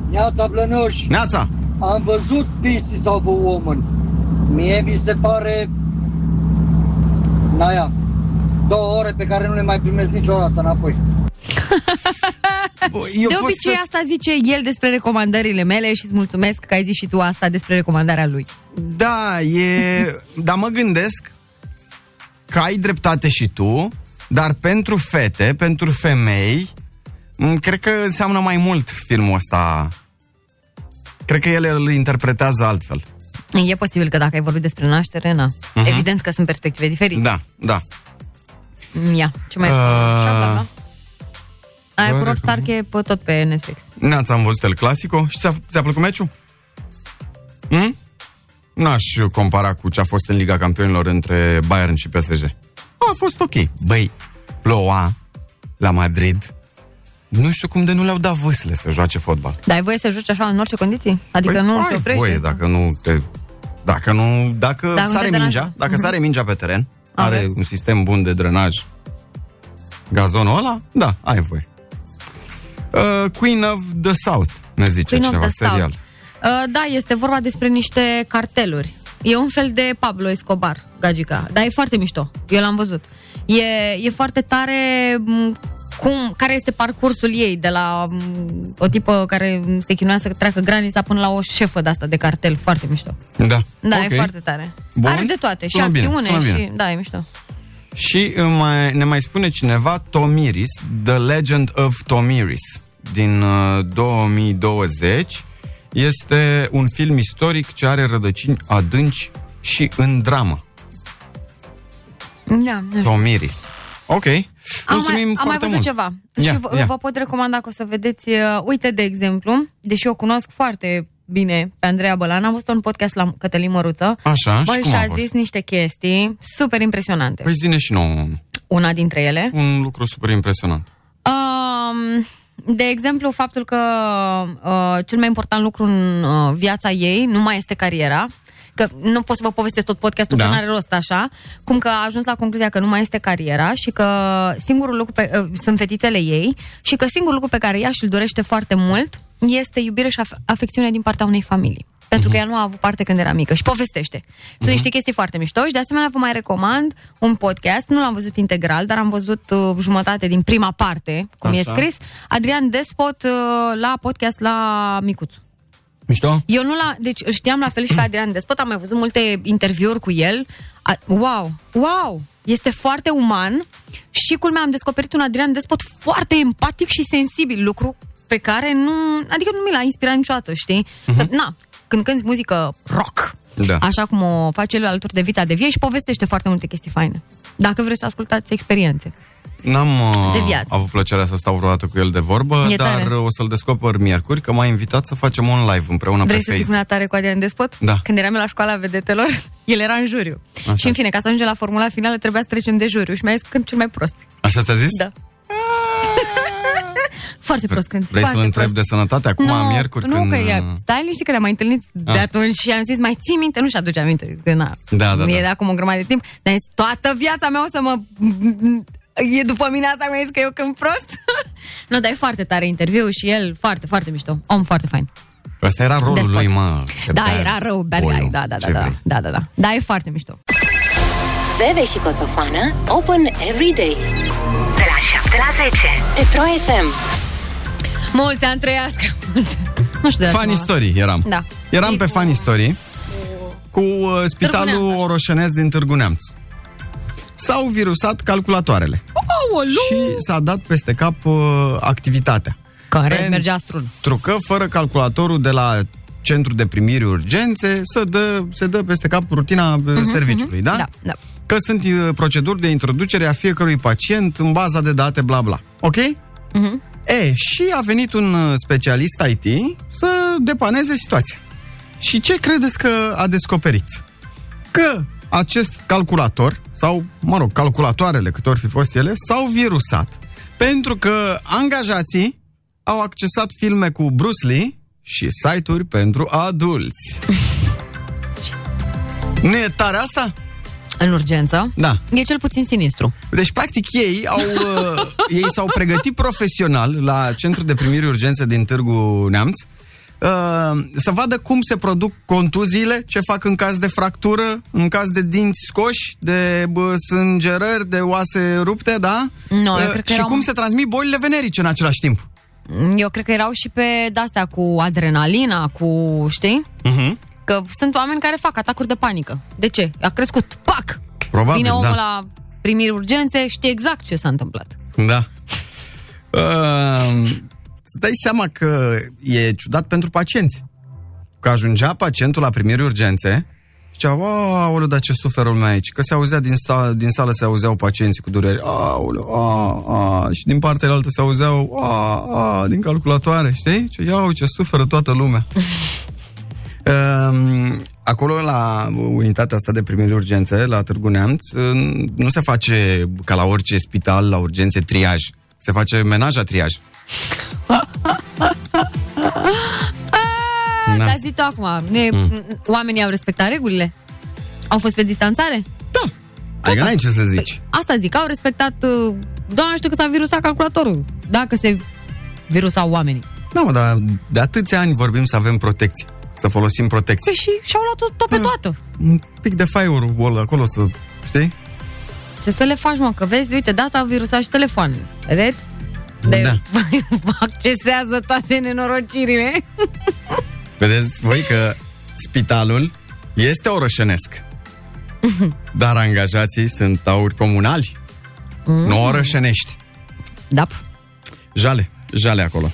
Speaker 13: Neața Blănoși,
Speaker 3: Neața!
Speaker 13: am văzut Pieces of a Woman. Mie mi se pare... Naia, două ore pe care nu le mai primesc niciodată înapoi.
Speaker 3: Eu
Speaker 4: de
Speaker 3: pot
Speaker 4: obicei
Speaker 3: să-
Speaker 4: asta zice el despre recomandările mele și îți mulțumesc că ai zis și tu asta despre recomandarea lui.
Speaker 3: Da, e... dar mă gândesc că ai dreptate și tu, dar pentru fete, pentru femei, m, cred că înseamnă mai mult filmul ăsta. Cred că ele îl interpretează altfel.
Speaker 4: E posibil că dacă ai vorbit despre naștere, na.
Speaker 3: Mhm.
Speaker 4: Evident că sunt perspective diferite. Mm,
Speaker 3: Da, da.
Speaker 4: Ia, ce mai
Speaker 3: uh,
Speaker 4: Ai
Speaker 3: vă
Speaker 4: da? cu Rob Stark e pe, tot pe Netflix.
Speaker 3: Neața, am văzut El Clasico și ți-a, ți-a plăcut meciul? Hm? N-aș compara cu ce a fost în Liga Campionilor între Bayern și PSG. A fost ok. Băi, ploua la Madrid. Nu știu cum de nu le-au dat vâsle să joace fotbal.
Speaker 4: Dar ai voie să joci așa în orice condiții? Adică
Speaker 3: Păi,
Speaker 4: nu
Speaker 3: ai
Speaker 4: se oprește?
Speaker 3: Voie, dacă nu te... Dacă nu... Dacă,
Speaker 4: Dacă
Speaker 3: dacă
Speaker 4: nu
Speaker 3: sare
Speaker 4: te deranjează.
Speaker 3: mingea, dacă sare mingea pe teren,
Speaker 4: Aveți.
Speaker 3: are un sistem bun de drenaj gazonul ăla, da, ai voie. Uh, Queen of the South, ne zice
Speaker 4: Queen of
Speaker 3: cineva,
Speaker 4: the South.
Speaker 3: serial.
Speaker 4: Uh, da, este vorba despre niște carteluri. E un fel de Pablo Escobar, gagica, dar e foarte mișto. Eu l-am văzut. E, e foarte tare m, cum, care este parcursul ei de la m, o tipă care m, se chinuia să treacă granița până la o șefă de asta de cartel. Foarte mișto.
Speaker 3: Da,
Speaker 4: Da,
Speaker 3: ok.
Speaker 4: e foarte tare.
Speaker 3: Bun.
Speaker 4: Are de toate. Și
Speaker 3: Sună bine,
Speaker 4: acțiune
Speaker 3: sună
Speaker 4: și...
Speaker 3: bine.
Speaker 4: Da, e mișto.
Speaker 3: Și uh, mai, ne mai spune cineva Tomiris, The Legend of Tomiris, din uh, 2020. Este un film istoric ce are rădăcini adânci și în dramă.
Speaker 4: Da, nu știu.
Speaker 3: Tomiris. Ok.
Speaker 4: Am mai,
Speaker 3: Mulțumim
Speaker 4: am
Speaker 3: foarte
Speaker 4: mai văzut
Speaker 3: mult.
Speaker 4: ceva.
Speaker 3: Ia,
Speaker 4: și vă,
Speaker 3: ia.
Speaker 4: vă pot recomanda că o să vedeți, uh, uite, de exemplu, deși eu cunosc foarte bine pe Andreea Bălan, am văzut un podcast la Cătălin Măruță.
Speaker 3: Așa, și
Speaker 4: Băi,
Speaker 3: cum a
Speaker 4: și-a
Speaker 3: fost?
Speaker 4: zis niște chestii super impresionante.
Speaker 3: Păi zine și nouă un-
Speaker 4: Una dintre ele.
Speaker 3: un lucru super impresionant.
Speaker 4: Um, de exemplu, faptul că uh, cel mai important lucru în uh, viața ei nu mai este cariera, că nu pot să vă povestesc tot podcastul,
Speaker 11: Da.
Speaker 4: că nu are rost așa, cum că a ajuns la concluzia că nu mai este cariera și că singurul lucru pe, uh, sunt fetițele ei și că singurul lucru pe care ea și-l dorește foarte mult este iubire și af- afecțiune din partea unei familii. Pentru că ea nu a avut parte când era mică și povestește. Sunt niște chestii foarte mișto și de asemenea vă mai recomand un podcast. Nu l-am văzut integral, dar am văzut uh, jumătate din prima parte, cum
Speaker 11: Așa.
Speaker 4: e scris. Adrian Despot uh, la podcast la Micuțu.
Speaker 3: Mișto?
Speaker 4: Eu nu la... Deci îl știam la fel și pe Adrian Despot, am mai văzut multe interviuri cu el. A, wow! Wow! Este foarte uman și culmea am descoperit un Adrian Despot foarte empatic și sensibil, lucru pe care nu... Adică nu mi l-a inspirat niciodată, știi? Că, na, când cânti muzică rock,
Speaker 3: Da.
Speaker 4: așa cum o face el alături de Vița de Vie și povestește foarte multe chestii faine. Dacă vreți să ascultați experiențe.
Speaker 3: N-am uh,
Speaker 4: De viață.
Speaker 3: avut plăcerea să stau vreodată cu el de vorbă,
Speaker 4: E
Speaker 3: dar
Speaker 4: tare.
Speaker 3: uh, o să-l descoper miercuri, că m-a invitat să facem un live împreună
Speaker 4: Vrei
Speaker 3: pe
Speaker 4: să zic
Speaker 3: Facebook.
Speaker 4: una tare cu Adrian Despot?
Speaker 3: Da.
Speaker 4: Când eram eu la școala vedetelor, el era în juriu.
Speaker 3: Așa.
Speaker 4: Și în fine, ca să ajungem la formula finală, trebuia să trecem de juriu și mi-a zis când cel mai prost.
Speaker 3: Așa ți-a zis?
Speaker 4: Da. Foarte prost când
Speaker 3: Vrei să-l întreb de sănătate acum,
Speaker 4: nu,
Speaker 3: miercuri?
Speaker 4: nu,
Speaker 3: când...
Speaker 4: că e,
Speaker 3: uh,
Speaker 4: stai liniște că ne-am mai întâlnit de
Speaker 3: Ah.
Speaker 4: atunci și am zis, mai ții minte? Nu și aduce aminte, că na,
Speaker 3: Da, da,
Speaker 4: e
Speaker 3: da.
Speaker 4: de acum o grămadă de timp, dar am zis, toată viața mea o să mă... E după mine asta, mi-a zis că eu când prost. nu, dar e foarte tare interviu și el foarte, foarte mișto. Om foarte fain.
Speaker 3: Ăsta era rolul
Speaker 4: Despot.
Speaker 3: lui, mă. că
Speaker 4: Da,
Speaker 3: bad
Speaker 4: era rău, bad guy,
Speaker 3: boy-ul.
Speaker 4: da, da, da,
Speaker 3: Ce
Speaker 4: da,
Speaker 3: vrei?
Speaker 4: da, da, da, da, e foarte mișto.
Speaker 2: Veve și Coțofană Open every day De la 7 la 10 Pe Pro FM
Speaker 4: Mulți ani trăiască! Mulți- Nu știu de la
Speaker 3: Fan
Speaker 4: ce mă-
Speaker 3: Istory eram.
Speaker 4: Da.
Speaker 3: Eram pe Fan Istory cu uh, spitalul
Speaker 4: Târgu
Speaker 3: oroșenesc din Târgu Neamț. S-au virusat calculatoarele.
Speaker 4: Aoleu!
Speaker 3: Și s-a dat peste cap uh, activitatea.
Speaker 4: Care
Speaker 3: Pentru
Speaker 4: mergea strun.
Speaker 3: că fără calculatorul de la centru de primiri urgențe, se dă, se dă peste cap rutina uh, serviciului, da?
Speaker 4: Mhm, Da, da.
Speaker 3: că sunt uh, proceduri de introducere a fiecărui pacient în baza de date bla bla. Ok? E, și a venit un uh, specialist IT să depaneze situația. Și ce credeți că a descoperit? Că acest calculator, sau, mă rog, calculatoarele, câte ori fi fost ele, s-au virusat. Pentru că angajații au accesat filme cu Bruce Lee și site-uri pentru adulți. nu e tare asta?
Speaker 4: În urgență?
Speaker 3: Da.
Speaker 4: E cel puțin sinistru.
Speaker 3: Deci, practic, ei au, uh, ei s-au pregătit profesional la Centrul de Primiri Urgențe din Târgu Neamț uh, să vadă cum se produc contuziile, ce fac în caz de fractură, în caz de dinți scoși, de bă, sângerări, de oase rupte, da?
Speaker 4: Nu, eu cred că
Speaker 3: și
Speaker 4: erau-
Speaker 3: cum se transmit bolile venerice în același timp.
Speaker 4: Eu cred că erau și pe de-astea cu adrenalina, cu, știi?
Speaker 3: Uh-huh.
Speaker 4: Că sunt oameni care fac atacuri de panică. De ce? A crescut. Pac!
Speaker 3: Probabil,
Speaker 4: Vine omul
Speaker 3: da.
Speaker 4: la primiri urgențe, știe exact ce s-a întâmplat.
Speaker 3: Da. Uh, îți dai seama că e ciudat pentru pacienți. Că ajungea pacientul la primiri urgențe și zicea, aoleu, dar ce suferă lumea aici. Că se auzea din, sta- din sală, se auzeau pacienții cu dureri. Aoleu, a, a. Și din partea altă se auzeau, a, a, din calculatoare, știi? Ce, iau, ce suferă toată lumea. Um, Acolo, la unitatea asta de primiri urgențe, la Târgu Neamț, um, nu se face ca la orice spital, la urgențe, triaj. Se face menaja triaj.
Speaker 4: Da.
Speaker 3: Da.
Speaker 4: Dar zi tu acum, ne,
Speaker 3: Mm.
Speaker 4: oamenii au respectat regulile? Au fost pe distanțare? da.
Speaker 3: Adică n-ai ce să zici.
Speaker 4: Asta zic, au respectat... uh, Doamna știu că s-a virusat calculatorul. Dacă se virusau oamenii.
Speaker 3: Da, mă, dar de atâția ani vorbim să avem protecție. Să folosim protecție.
Speaker 4: Păi și și-au luat tot pe toată.
Speaker 3: Un pic de firewall ăla acolo să... Știi?
Speaker 4: Ce să le faci, mă? Că vezi, uite, de asta au virusat și telefoanele. Vedeți? De
Speaker 3: Da.
Speaker 4: accesează toate nenorocirile.
Speaker 3: Vedeți voi că spitalul este orășenesc.
Speaker 4: Mhm.
Speaker 3: Dar angajații sunt tauri comunali,
Speaker 4: Mm.
Speaker 3: nu orășenești.
Speaker 4: Da.
Speaker 3: Jale, jale acolo.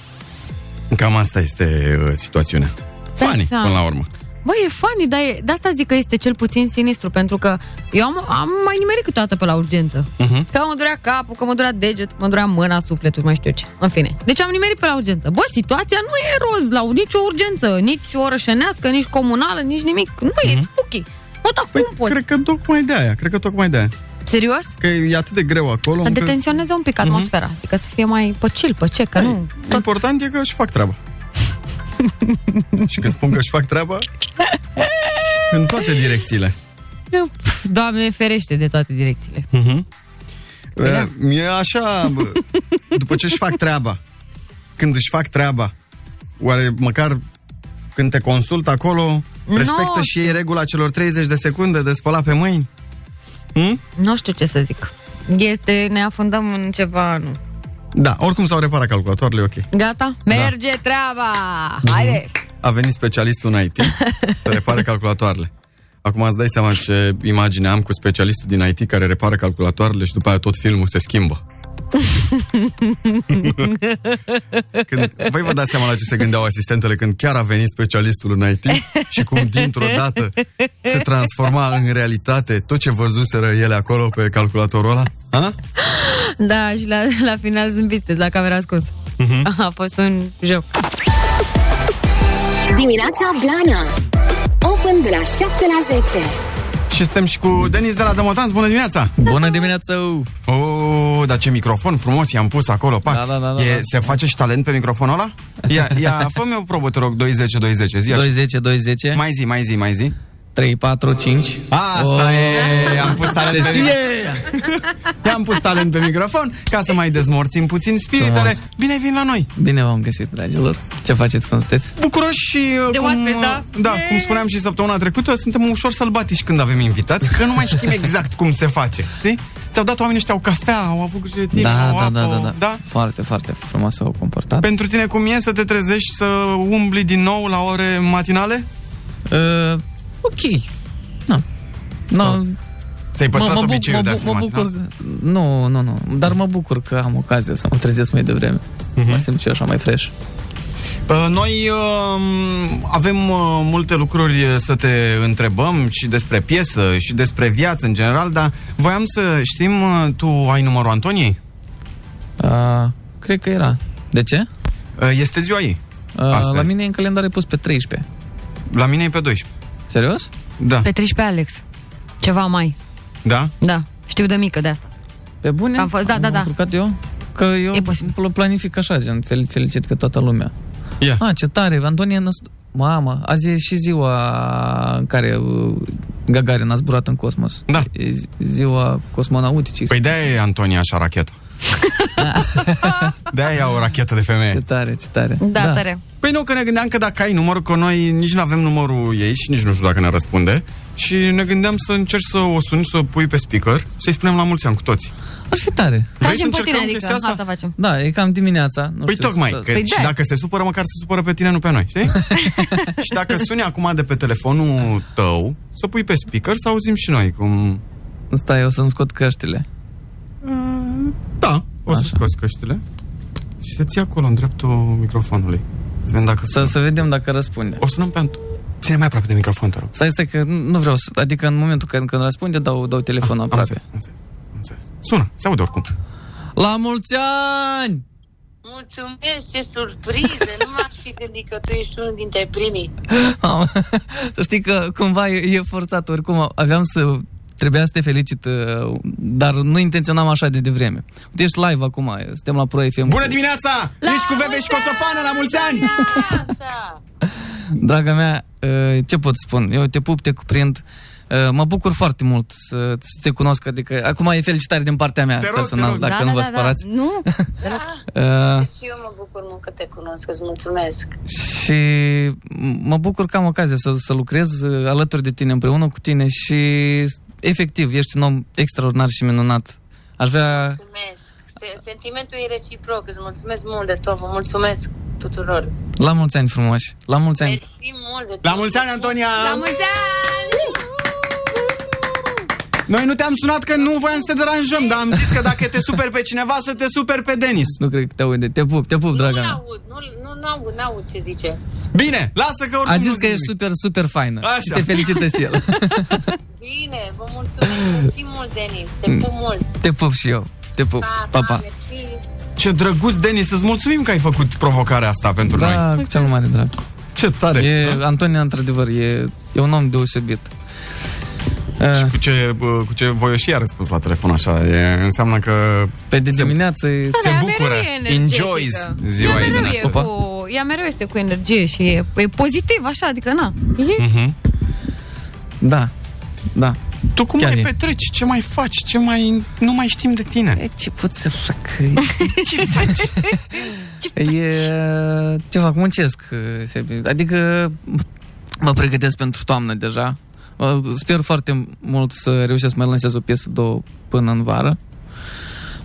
Speaker 3: Cam asta este uh, situațiunea.
Speaker 4: Dai
Speaker 3: Fani,
Speaker 4: seama.
Speaker 3: până la urmă.
Speaker 4: Băi, e funny, dar e, de asta zic că este cel puțin sinistru, pentru că eu am, am mai nimerit câteodată pe la urgență.
Speaker 3: Uh-huh.
Speaker 4: Că mă durea capul, că mă durea deget, mă durea mâna, sufletul, mai știu eu ce. În fine. Deci am nimerit pe la urgență. Bă, situația nu e roz la nicio urgență, nici orășenească, nici comunală, nici nimic. Nu e spooky. Mă, dar cum pot?
Speaker 3: Păi, Cred că tocmai de aia, cred că tocmai de aia.
Speaker 4: Serios?
Speaker 3: Că e atât de greu acolo.
Speaker 4: Să
Speaker 3: încât-
Speaker 4: detenționeze un pic atmosfera. Adică să fie mai pe chill, pe ce, că nu...
Speaker 3: Important e că își fac treaba. Și când spun că își fac treaba, în toate direcțiile.
Speaker 4: Pf, Doamne, ferește de toate direcțiile.
Speaker 3: Uh-huh.
Speaker 4: Da.
Speaker 3: E Uh, așa, bă, după ce își fac treaba, când își fac treaba, oare măcar când te consult acolo,
Speaker 4: Nu.
Speaker 3: respectă și ei regula celor 30 de secunde de spălat pe mâini? Hm?
Speaker 4: Nu știu ce să zic. Este, ne afundăm în ceva, nu.
Speaker 3: Da, oricum s-au reparat calculatoarele, e ok.
Speaker 4: Gata? Merge treaba! Haide!
Speaker 3: A venit specialistul în IT să repare calculatoarele. Acum îți dai seama ce imagine am cu specialistul din IT care repară calculatoarele și după aia tot filmul se schimbă. Când, voi vă dați seama la ce se gândeau asistentele când chiar a venit specialistul în IT și cum dintr-o dată se transforma în realitate tot ce văzuseră ele acolo pe calculatorul ăla? Ha?
Speaker 4: Da, și la, la final zâmbiți la camera ascuns.
Speaker 3: Mhm.
Speaker 4: A fost un joc.
Speaker 2: Dimineața Blana Open de la 7 la 10
Speaker 3: Și suntem și cu Denis de la Dămotanți. Bună dimineața! Bună dimineața! Oh, dar ce microfon frumos i-am pus acolo. Pac. Da, da, da,
Speaker 11: da,
Speaker 3: e,
Speaker 11: da.
Speaker 3: Se face și talent pe microfonul ăla? Ia, ia fă-mi o probă, te rog, 20, 20, zi așa.
Speaker 11: 20, 20.
Speaker 3: Mai zi, mai zi, mai zi.
Speaker 11: 3, 4, 5.
Speaker 3: Asta e, am pus talent
Speaker 11: Oh. Se
Speaker 3: pe
Speaker 11: știe.
Speaker 3: I-am pus talent pe microfon ca să mai dezmorțim puțin spiritele.
Speaker 11: Frumos.
Speaker 3: Bine ai venit la noi!
Speaker 11: Bine v-am găsit, dragilor. Ce faceți, cum sunteți?
Speaker 3: Bucuroși și uh,
Speaker 11: De
Speaker 3: cum,
Speaker 11: oaspeți, da?
Speaker 3: uh, da cum spuneam și săptămâna trecută, suntem ușor sălbatici când avem invitați, că nu mai știm exact cum se face, știi? Ți-au dat oamenii ăștia au cafea, au avut grijă de tine,
Speaker 11: Da,
Speaker 3: au
Speaker 11: da,
Speaker 3: apă,
Speaker 11: da, da, da,
Speaker 3: da?
Speaker 11: Foarte, foarte frumos s-au comportat.
Speaker 3: Pentru tine cum e să te trezești să umbli din nou la ore matinale?
Speaker 11: Uh, ok. Nu. No.
Speaker 3: Ți-ai păstrat
Speaker 11: mă, buc-
Speaker 3: obiceiul
Speaker 11: mă,
Speaker 3: de a
Speaker 11: buc-
Speaker 3: fi
Speaker 11: mă
Speaker 3: matinal?
Speaker 11: bucur. Nu, nu,
Speaker 3: Mhm.
Speaker 11: nu. Dar mă bucur că am ocazia să mă trezesc mai devreme. Uh-huh. Mă simt și eu așa mai fresh.
Speaker 3: Uh, Noi um, avem uh, multe lucruri uh, să te întrebăm și despre piesă și despre viață în general, dar voiam să știm, uh, tu ai numărul Antoniei?
Speaker 11: Uh, cred că era. De ce?
Speaker 3: Este ziua ei.
Speaker 11: Uh, la mine e în calendar e pus pe 13.
Speaker 3: La mine e pe 12.
Speaker 11: Serios?
Speaker 3: Da.
Speaker 4: Pe 13 Alex. Ceva mai.
Speaker 3: Da?
Speaker 4: Da. Știu de mică de asta.
Speaker 11: Pe bune?
Speaker 4: Am fost, da, da, da.
Speaker 11: Urcat eu? Că eu e posibil. planific așa, gen, fel, felicit pe toată lumea.
Speaker 3: Yeah.
Speaker 11: Ah, ce tare, Antonie Năs- Mamă, azi e și ziua în care uh, Gagarin a zburat în cosmos.
Speaker 3: Da.
Speaker 11: E zi- ziua cosmonauticii.
Speaker 3: Păi de e Antonia așa rachetă. de aia o rachetă de femeie. Ce
Speaker 11: tare, ce tare.
Speaker 4: Da, da. tare.
Speaker 3: Păi nu, că ne gândeam că dacă ai numărul, că noi nici nu avem numărul ei și nici nu știu dacă ne răspunde. Și ne gândeam să încerci să o suni, să o pui pe speaker, să-i spunem la mulți ani cu toți.
Speaker 11: Ar fi tare.
Speaker 3: Vrei să încercăm chestia adică, asta?
Speaker 4: adică facem.
Speaker 11: Da, e cam dimineața. Nu
Speaker 3: Păi
Speaker 11: știu,
Speaker 3: tocmai,
Speaker 11: să-
Speaker 3: că și dacă se supără, măcar se supără pe tine, nu pe noi, știi? și dacă suni acum de pe telefonul tău, să pui pe speaker, să auzim și noi cum...
Speaker 11: Stai, eu să-mi scot căștile.
Speaker 3: Da, o să scoți căștile și să ții acolo, în dreptul microfonului. Să vedem dacă...
Speaker 11: Să, să vedem dacă răspunde.
Speaker 3: O sunăm pe Antu. Ține mai aproape de microfon, te rog.
Speaker 11: Stai, stai, că nu nu vreau să... Adică în momentul când, când răspunde, dau, dau telefonul
Speaker 3: Am
Speaker 11: aproape.
Speaker 3: înțeles, am înțeles, am înțeles. Sună, se aude oricum. ah.
Speaker 11: La mulți ani!
Speaker 14: Mulțumesc, ce surpriză! Nu m-aș fi gândit că tu ești unul dintre primii.
Speaker 11: Am- să știi că cumva e, e forțat, oricum aveam să... Trebuia să te felicit, uh, dar nu intenționam așa de devreme. Uite, ești live acum, suntem la Pro FM.
Speaker 3: Bună dimineața! La Ești cu Veve și Coțofană, la mulți ani!
Speaker 11: Draga mea, uh, ce pot spun? Eu te pup, te cuprind. Uh, Mă bucur foarte mult să să te cunosc, adică acum e felicitare din partea mea personal, dacă nu vă spărați.
Speaker 4: Da, nu?
Speaker 11: Uh,
Speaker 14: Și eu mă bucur mult că te cunosc, îți mulțumesc.
Speaker 11: Și mă bucur că am ocazia să, să lucrez uh, alături de tine, împreună cu tine și efectiv, ești un om extraordinar și minunat. Aș vrea...
Speaker 14: Se- Sentimentul e reciproc, îți mulțumesc mult de tot, vă mulțumesc tuturor.
Speaker 11: La mulți ani frumoși! La mulți ani!
Speaker 14: Și mult de tot.
Speaker 3: La mulți ani, Antonia! Uh!
Speaker 14: La mulți
Speaker 3: Noi nu te-am sunat că nu voiam să te deranjăm, dar am zis că dacă te super pe cineva, să te super pe Denis.
Speaker 11: Nu cred că te aude. Te pup, te pup, draga mea.
Speaker 14: aud, nu, nu, nu aud, nu aud ce zice.
Speaker 3: Bine, lasă că oricum
Speaker 11: A zis
Speaker 3: nu
Speaker 11: că ești super, super faină.
Speaker 3: Așa.
Speaker 11: Și te felicită și el.
Speaker 14: Bine, vă mulțumesc, mersi mult, Denis, te pup mult.
Speaker 11: Mm. te pup și eu. Te pup. Pa, pa.
Speaker 14: mersi.
Speaker 3: Ce drăguț, Denis, îți mulțumim că ai făcut provocarea asta pentru noi.
Speaker 11: Da, cu cel mai mare drag.
Speaker 3: Ce tare!
Speaker 11: E, Antonia, într-adevăr, e, e un om deosebit. Da. Uh,
Speaker 3: Și cu ce, bă, cu ce voioșie a răspuns la telefon așa, e, înseamnă că...
Speaker 11: Pe de dimineață se,
Speaker 4: Da,
Speaker 3: se
Speaker 4: dar
Speaker 3: bucură,
Speaker 4: mereu e energetică. Da,
Speaker 3: enjoys ziua ei
Speaker 4: mereu
Speaker 3: din
Speaker 4: e
Speaker 3: asta.
Speaker 4: cu, ea mereu este cu energie și e, e pozitiv, așa, adică na. E,
Speaker 3: Mhm.
Speaker 11: Da, da.
Speaker 3: Tu cum
Speaker 11: Chiar
Speaker 3: mai
Speaker 11: e.
Speaker 3: petreci? Ce mai faci? Ce mai... Nu mai știm de tine.
Speaker 11: ce pot să fac? Ce faci? E, ce fac? Muncesc. se- Adică mă pregătesc pentru toamnă deja. Mă- Sper foarte mult să reușesc să mai lansez o piesă două până în vară.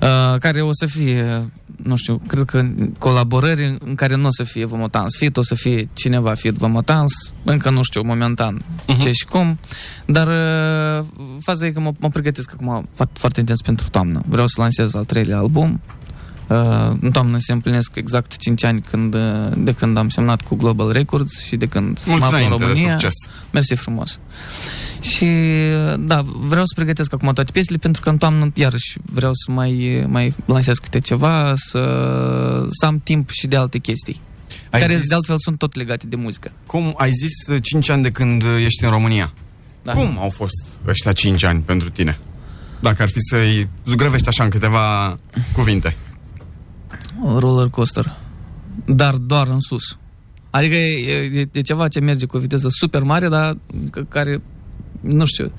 Speaker 11: uh, Care o să fie, nu știu, cred că colaborări în- în care nu o să fie Vomotans Fit, o să fie cineva Fit Vomotans, încă nu știu momentan
Speaker 3: Mhm.
Speaker 11: ce și cum, dar uh, faza e că mă, mă pregătesc acum foarte, foarte intens pentru toamnă. Vreau să lansez al treilea album, Uh, în toamnă se împlinesc exact 5 ani când, uh, de când am semnat cu Global Records și de când mă aflu în
Speaker 3: Mulți înainte de
Speaker 11: România.
Speaker 3: succes.
Speaker 11: Mersi frumos. Și uh, da, vreau să pregătesc acum toate piesele pentru că în toamnă iarăși vreau să mai, mai lansez câte ceva, să, să am timp și de alte chestii.
Speaker 3: Ai
Speaker 11: care
Speaker 3: zis-
Speaker 11: de altfel sunt tot legate de muzică.
Speaker 3: Cum ai zis 5 ani de când uh, ești în România?
Speaker 11: Da.
Speaker 3: Cum au fost ăștia 5 ani pentru tine? Dacă ar fi să-i zugrăvești așa în câteva cuvinte.
Speaker 11: Roller coaster. Dar doar în sus. Adică e, e, e ceva ce merge cu o viteză super mare, dar c- care, nu știu,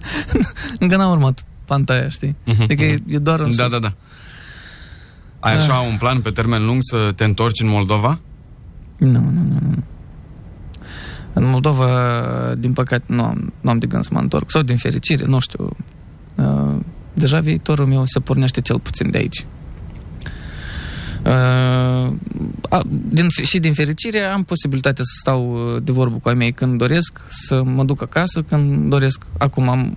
Speaker 11: încă n-am urmat pantaia, știi? Adică e, e doar în
Speaker 3: Mhm, Da,
Speaker 11: sus. Ah.
Speaker 3: da, da. Ai așa un plan pe termen lung să te întorci în Moldova?
Speaker 11: Nu, nu, nu, nu. În Moldova, din păcate, nu am, nu am de gând să mă întorc. Sau din fericire, nu știu. Uh, Deja viitorul meu se pornește cel puțin de aici. Uh, a, din, fe- și din fericire am posibilitatea să stau uh, de vorbă cu ai mei când doresc, să mă duc acasă când doresc. Acum am, mm,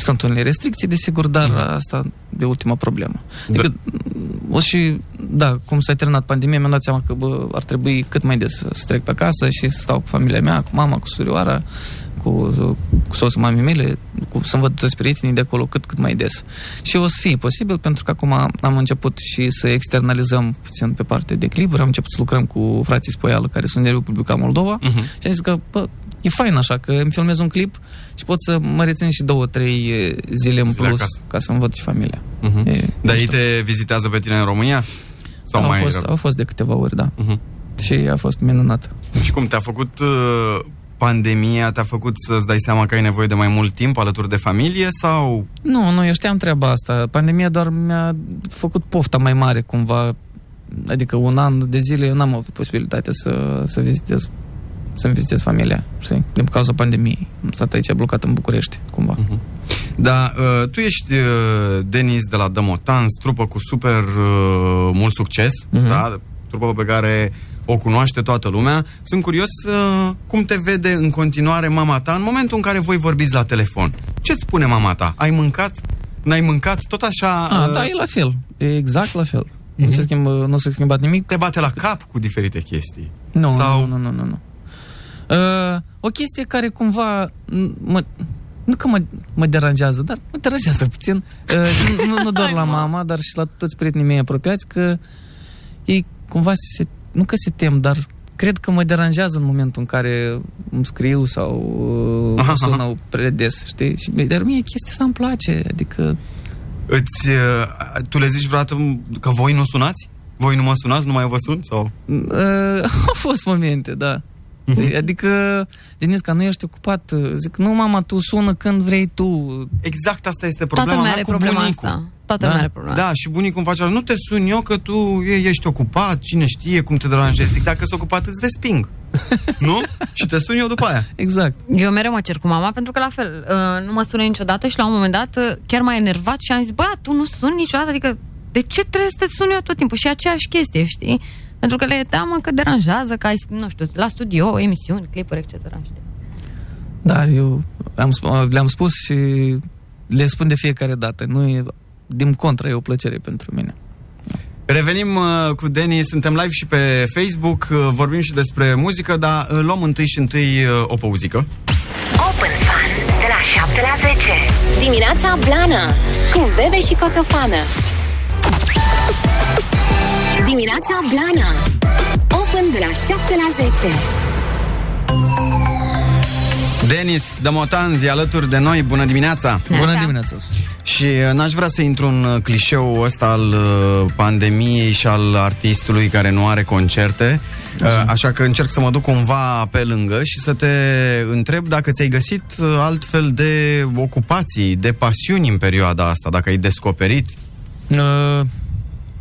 Speaker 3: Mm. Da.
Speaker 11: sunt unele restricții, desigur, dar asta e ultima problemă. Adică, o și da, cum s-a terminat pandemia, mi-am dat seama că bă, ar trebui cât mai des să trec pe acasă și să stau cu familia mea, cu mama, cu surioara, cu, cu soțul mamei mele, cu, să-mi văd toți prietenii de acolo cât, cât mai des. Și o să fie posibil, pentru că acum am început și să externalizăm puțin pe parte de clipuri, am început să lucrăm cu frații Spoială, care sunt din Republica Moldova,
Speaker 3: Mhm.
Speaker 11: uh-huh. și am zis că, bă, e fain așa, că îmi filmez un clip și pot să mă rețin și două, trei zile în
Speaker 3: Zile
Speaker 11: plus
Speaker 3: acasă.
Speaker 11: ca să-mi văd și familia.
Speaker 3: Mhm.
Speaker 11: E-
Speaker 3: Dar ei te vizitează pe tine în România? Sau
Speaker 11: au,
Speaker 3: mai
Speaker 11: fost,
Speaker 3: rău?
Speaker 11: au fost de câteva ori, da.
Speaker 3: Uh-huh.
Speaker 11: Și a fost minunat.
Speaker 3: Și cum te-a făcut uh, pandemia, te-a făcut să-ți dai seama că ai nevoie de mai mult timp alături de familie sau...
Speaker 11: Nu, nu, eu știam treaba asta. Pandemia doar mi-a făcut pofta mai mare cumva. Adică un an de zile eu n-am avut posibilitatea să, să vizitez să-mi vizitez familia, știi? Din cauza pandemiei. Am stat aici blocat în București, cumva.
Speaker 3: Da, uh, tu ești uh, Denis de la Dămotans, trupă cu super uh, mult succes, uh-huh. da? Trupă pe care o cunoaște toată lumea. Sunt curios uh, cum te vede în continuare mama ta în momentul în care voi vorbiți la telefon. Ce-ți spune mama ta? Ai mâncat? N-ai mâncat? Tot așa... uh,
Speaker 11: A, da, e la fel. E exact la fel. Nu se schimbă, nu se schimbă nimic.
Speaker 3: Te bate la cap cu diferite chestii.
Speaker 11: Nu,
Speaker 3: Sau-
Speaker 11: Sau... nu, nu, nu, nu. nu. Uh, o chestie care cumva m- mă, nu că mă, mă deranjează, dar mă deranjează puțin. Uh, nu, nu doar la mama, dar și la toți prietenii mei apropiați că ei cumva se, nu că se tem, dar cred că mă deranjează în momentul în care îmi scriu sau uh, mă sună prea des, știi? Și, dar mie chestia asta îmi place, adică
Speaker 3: Îți, uh, tu le zici vreodată că voi nu sunați? Voi nu mă sunați, nu mai vă sun? Sau...
Speaker 11: Uh, au fost momente, da. Știi? Adică, Denis, ca nu ești ocupat, uh, zic, nu, mama, tu sună când vrei tu.
Speaker 3: Exact asta este
Speaker 4: Toată lumea are problema asta. Toată lumea are problema
Speaker 3: Da, și bunicul îmi face "Nu te sun eu că tu e- ești ocupat, cine știe cum te deranjezi." Zic, dacă ești ocupat, îți resping. nu? Și te sun eu după aia.
Speaker 11: Exact.
Speaker 4: Eu mereu mă cer cu mama pentru că la fel, uh, nu mă sună niciodată și la un moment dat uh, chiar m-a enervat și am zis, bă, tu nu suni niciodată, adică de ce trebuie să te sun eu tot timpul? Și aceeași chestie, știi? Pentru că le e teamă că deranjează, că ai, nu știu, la studio, emisiuni, clipuri, etc. Știi?
Speaker 11: Da, eu am, sp- le-am spus și le spun de fiecare dată. Nu e, din contră, e o plăcere pentru mine.
Speaker 3: Revenim uh, cu Deni, suntem live și pe Facebook, uh, vorbim și despre muzică, dar uh, luăm întâi și întâi uh, o pauzică.
Speaker 2: Open Fun de la 7 la 10. Dimineața Blana cu Bebe și Coțofană. Dimineața Blana. Open de la 7 la 10.
Speaker 3: Denis Dămotanzi alături de noi, bună dimineața!
Speaker 11: Bună dimineața!
Speaker 3: Și uh, n-aș vrea să intru în uh, clișeul ăsta al uh, pandemiei și al artistului care nu are concerte, așa. așa că încerc să mă duc cumva pe lângă și să te întreb dacă ți-ai găsit uh, altfel de ocupații, de pasiuni în perioada asta, dacă ai descoperit.
Speaker 11: Uh,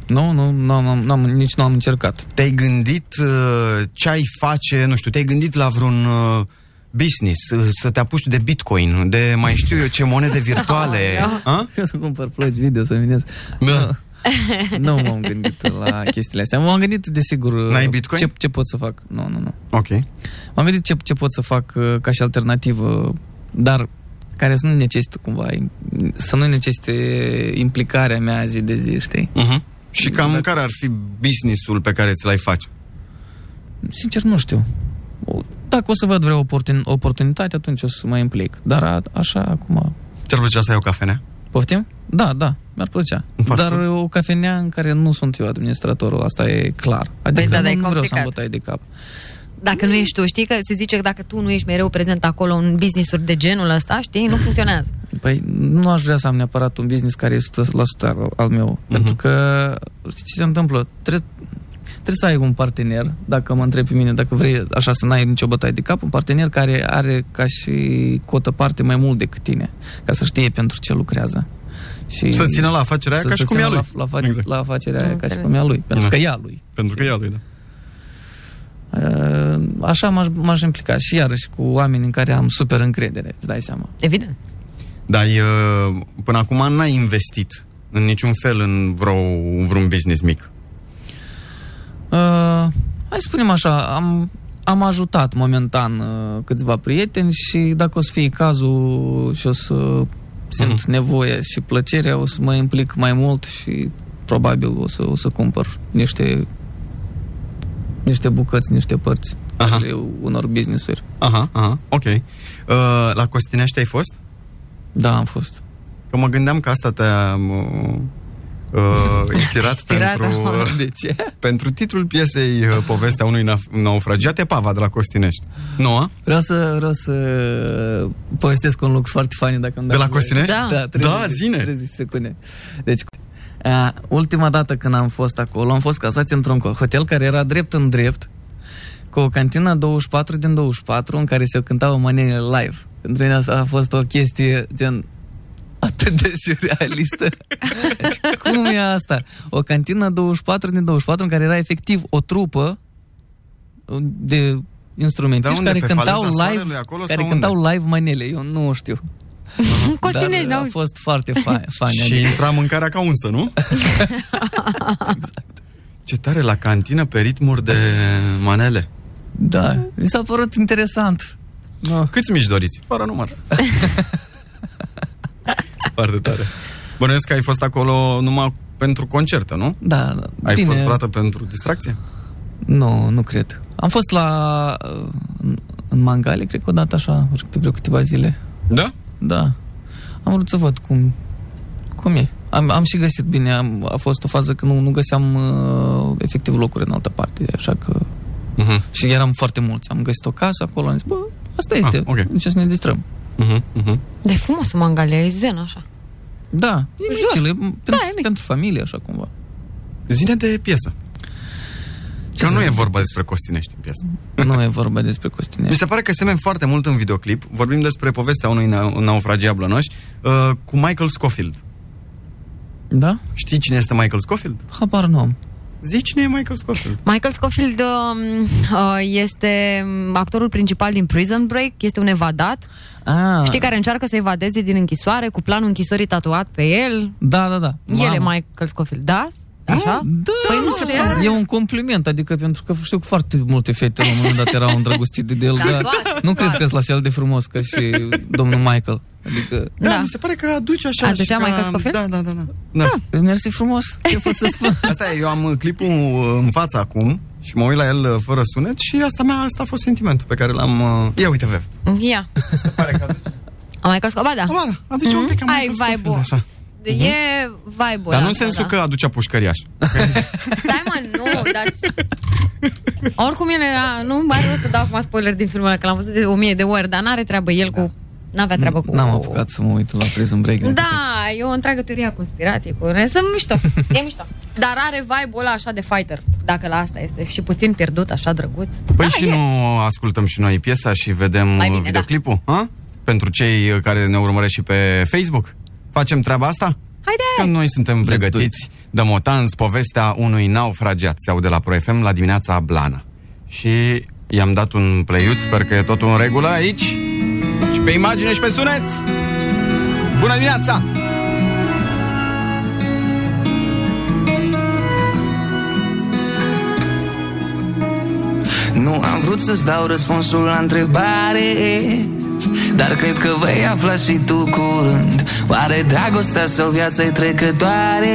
Speaker 11: nu, nu, nu, am- nu, am- nici nu am încercat.
Speaker 3: Te-ai gândit uh, ce ai face, nu știu, te-ai gândit la vreun uh, business, uh, să te apuci de bitcoin, de mai știu eu ce monede virtuale. A?
Speaker 11: Să cumpăr plăci video să minez. Da. Nu m-am gândit la chestiile astea. M-am gândit, desigur,
Speaker 3: N-ai Bitcoin?
Speaker 11: Ce, ce pot să fac. Nu, nu, nu.
Speaker 3: Ok.
Speaker 11: M-am gândit ce, ce pot să fac uh, ca și alternativă, dar care să nu necesită cumva, im- să nu necesite implicarea mea zi de zi, știi?
Speaker 3: Uh-huh. Și cam da. care ar fi business-ul pe care ți l-ai face?
Speaker 11: Sincer, nu știu. O- Dacă o să văd vreo oportun- oportunitate, atunci o să mă implic. Dar a, așa, acum...
Speaker 3: Ți-ar plăcea să ai o cafenea?
Speaker 11: Poftim? Da, da, mi-ar plăcea. Dar o cafenea în care nu sunt eu administratorul, asta e clar. Adică
Speaker 4: da,
Speaker 11: nu,
Speaker 4: dar e
Speaker 11: nu vreau să-mi
Speaker 4: complicat.
Speaker 11: bătai de cap.
Speaker 4: Dacă nu ești tu, știi că se zice că dacă tu nu ești mereu prezent acolo în business-uri de genul ăsta, știi, nu funcționează.
Speaker 11: Păi nu aș vrea să am neapărat un business care e 100% al, al meu.
Speaker 3: Mhm.
Speaker 11: Uh-huh. Pentru că, știi ce se întâmplă? Trebuie, trebuie să ai un partener, dacă mă întrebi pe mine, dacă vrei așa să n-ai nicio bătaie de cap, un partener care are ca și cotă parte mai mult decât tine, ca să știe pentru ce lucrează. Și
Speaker 3: Să țină la afacerea aia
Speaker 11: Mm. să-
Speaker 3: ca
Speaker 11: să
Speaker 3: și cum e
Speaker 11: țină
Speaker 3: a lui.
Speaker 11: La, la, face,
Speaker 3: Exact.
Speaker 11: exact. la afacerea
Speaker 3: Am
Speaker 11: aia ca și
Speaker 3: înțeles.
Speaker 11: cum e a lui, pentru
Speaker 3: Da.
Speaker 11: că e a lui.
Speaker 3: Pentru că e a lui, da.
Speaker 11: Uh, Așa m-aș, m-aș implica și iarăși cu oameni în care am super încredere, îți dai seama.
Speaker 4: Evident.
Speaker 3: Dar uh, până acum n-ai investit în niciun fel în vreo, în vreun business mic.
Speaker 11: Uh, hai să spunem așa, am, am ajutat momentan uh, câțiva prieteni și dacă o să fie Mhm. cazul și o să simt nevoie și plăcerea, o să mă implic mai mult și probabil o să, o să cumpăr niște niște bucăți, niște părți
Speaker 3: Aha.
Speaker 11: ale unor business-uri.
Speaker 3: Aha, aha, ok. Uh, la Costinești ai fost?
Speaker 11: Da, am fost.
Speaker 3: Că mă gândeam că asta te-a uh, uh, inspirat,
Speaker 11: Inspirat, da.
Speaker 3: pentru,
Speaker 11: am,
Speaker 3: uh,
Speaker 11: de ce?
Speaker 3: pentru titlul piesei uh, Povestea unui naf- naufragiat, e Pava de la Costinești. Nu, a?
Speaker 11: Vreau să, vreau să povestesc un lucru foarte fain dacă îmi
Speaker 3: De
Speaker 11: dai
Speaker 3: la
Speaker 11: voie.
Speaker 3: Costinești?
Speaker 11: Da,
Speaker 3: Da,
Speaker 11: 30,
Speaker 3: zine.
Speaker 11: 30 secunde. Deci, a, ultima dată când am fost acolo, am fost casați într-un hotel care era drept în drept, cu o cantină 24 din 24 în care se cântau manele live. Pentru mine asta a fost o chestie gen atât de surrealistă. Deci, cum e asta? O cantină 24 din 24 în care era efectiv o trupă de
Speaker 3: Dar
Speaker 11: instrumentiști
Speaker 3: Da, unde?
Speaker 11: care
Speaker 3: Pe
Speaker 11: cântau
Speaker 3: Faleza
Speaker 11: live,
Speaker 3: Soarelui acolo
Speaker 11: care
Speaker 3: sau
Speaker 11: cântau live manele. Eu nu știu.
Speaker 4: Costinești,
Speaker 11: Dar
Speaker 4: n-au-
Speaker 11: a fost foarte fa- adică. funny.
Speaker 3: Și intra mâncarea ca unsă, nu? exact.
Speaker 11: Exact.
Speaker 3: Ce tare, la cantină pe ritmuri de manele.
Speaker 11: Da, mi s-a părut interesant. No.
Speaker 3: Câți mici doriți? Fără număr. Foarte tare. Bănuiesc că ai fost acolo numai pentru concerte, nu?
Speaker 11: Da, da.
Speaker 3: Ai
Speaker 11: Bine.
Speaker 3: fost frată pentru distracție?
Speaker 11: Nu, nu cred. Am fost la... uh, în- în Mangale, cred că odată așa, pe vreo câteva zile.
Speaker 3: Da?
Speaker 11: Da. Am vrut să văd cum, cum e. Am, am și găsit bine, am, a fost o fază când nu, nu găseam uh, efectiv locuri în altă parte, așa că...
Speaker 3: Uh-huh.
Speaker 11: Și eram foarte mulți. Am găsit o casă acolo, am zis, bă, asta
Speaker 4: Ah,
Speaker 11: este, ah,
Speaker 4: ok.
Speaker 11: okay. ce să ne distrăm.
Speaker 3: Uh-huh, uh-huh.
Speaker 4: De frumos în Mangalia, e zen așa.
Speaker 11: Da, e
Speaker 4: Jur.
Speaker 11: micil, e pentru, da, e mic. pentru familie, așa cumva.
Speaker 3: Zine de piesă.
Speaker 11: Ce
Speaker 3: Că
Speaker 11: să
Speaker 3: nu e
Speaker 11: zic?
Speaker 3: vorba despre Costinești în piesă.
Speaker 11: Nu e vorba despre Costinești.
Speaker 3: Mi se pare că semem foarte mult în videoclip. Vorbim despre povestea unui nau- naufragiat blănoș uh, cu Michael Scofield.
Speaker 11: Da?
Speaker 3: Știi cine este Michael Scofield?
Speaker 11: Habar nu am.
Speaker 3: Zici cine e Michael Scofield.
Speaker 4: Michael Scofield um, uh, este um, actorul principal din Prison Break, este un evadat.
Speaker 11: Ah.
Speaker 4: Știi care încearcă să evadeze din închisoare cu planul închisorii tatuat pe el.
Speaker 11: Da, da, da.
Speaker 4: El e
Speaker 11: Mamă.
Speaker 4: Michael Scofield, da? Așa?
Speaker 11: Da,
Speaker 4: Păi nu
Speaker 11: mi
Speaker 4: știu,
Speaker 11: se pare. E un compliment, adică pentru că știu că foarte multe fete la un moment dat erau îndrăgostite de el,
Speaker 4: Da,
Speaker 11: dar
Speaker 4: toate,
Speaker 11: nu
Speaker 4: toate.
Speaker 11: cred că e la fel de frumos ca și domnul Michael. Adică...
Speaker 3: Da, mi se pare că aduce așa.
Speaker 4: Aducea
Speaker 3: și că-
Speaker 4: Michael Scofield?
Speaker 3: Da, da, da. da. da.
Speaker 11: da. Mersi frumos, ce pot să spun?
Speaker 3: Asta e, eu am uh, clipul uh, în fața acum și mă uit la el uh, fără sunet și asta, mea, asta a fost sentimentul pe care l-am... uh, Ia uite, Vev.
Speaker 11: Mm.
Speaker 4: Ia. A Michael Scofield, ba da.
Speaker 3: Ba da, aduce un pic
Speaker 4: Ai vibe-ul.
Speaker 3: Așa.
Speaker 11: Mm-hmm.
Speaker 4: E vibe-ul
Speaker 3: Dar nu
Speaker 4: ăla,
Speaker 3: în sensul
Speaker 4: da.
Speaker 3: că aducea pușcăriaș.
Speaker 4: Stai mă, nu, dar... Oricum el era... Nu mai rost să dau acum spoiler din filmul ăla, că l-am văzut de o mie de ori, dar n-are treabă el cu... N-avea treabă cu...
Speaker 11: N-am apucat să mă uit la Prison Break. adică
Speaker 4: Da, e o întreagă teorie a conspirației cu Sunt mișto, e mișto. Dar are vibe-ul ăla așa de fighter, dacă la asta este. Și puțin pierdut, așa drăguț. Da,
Speaker 3: Păi și nu ascultăm și noi piesa și vedem
Speaker 4: Mai
Speaker 3: bine,
Speaker 4: bine, da.
Speaker 3: videoclipul? Ha? Pentru cei uh, care ne urmăresc și pe Facebook? Facem treaba asta?
Speaker 4: Haide!
Speaker 3: Că noi suntem pregătiți. Dăm o tans, povestea unui naufragiat. Se aude la Pro FM la dimineața blană. Și i-am dat un pleiuț, sper că e totul în regulă aici. Și pe imagine și pe sunet! Bună dimineața!
Speaker 15: Nu am vrut să-ți dau răspunsul la întrebare Dar cred că vei afla și tu curând Oare dragostea sau viața e trecătoare?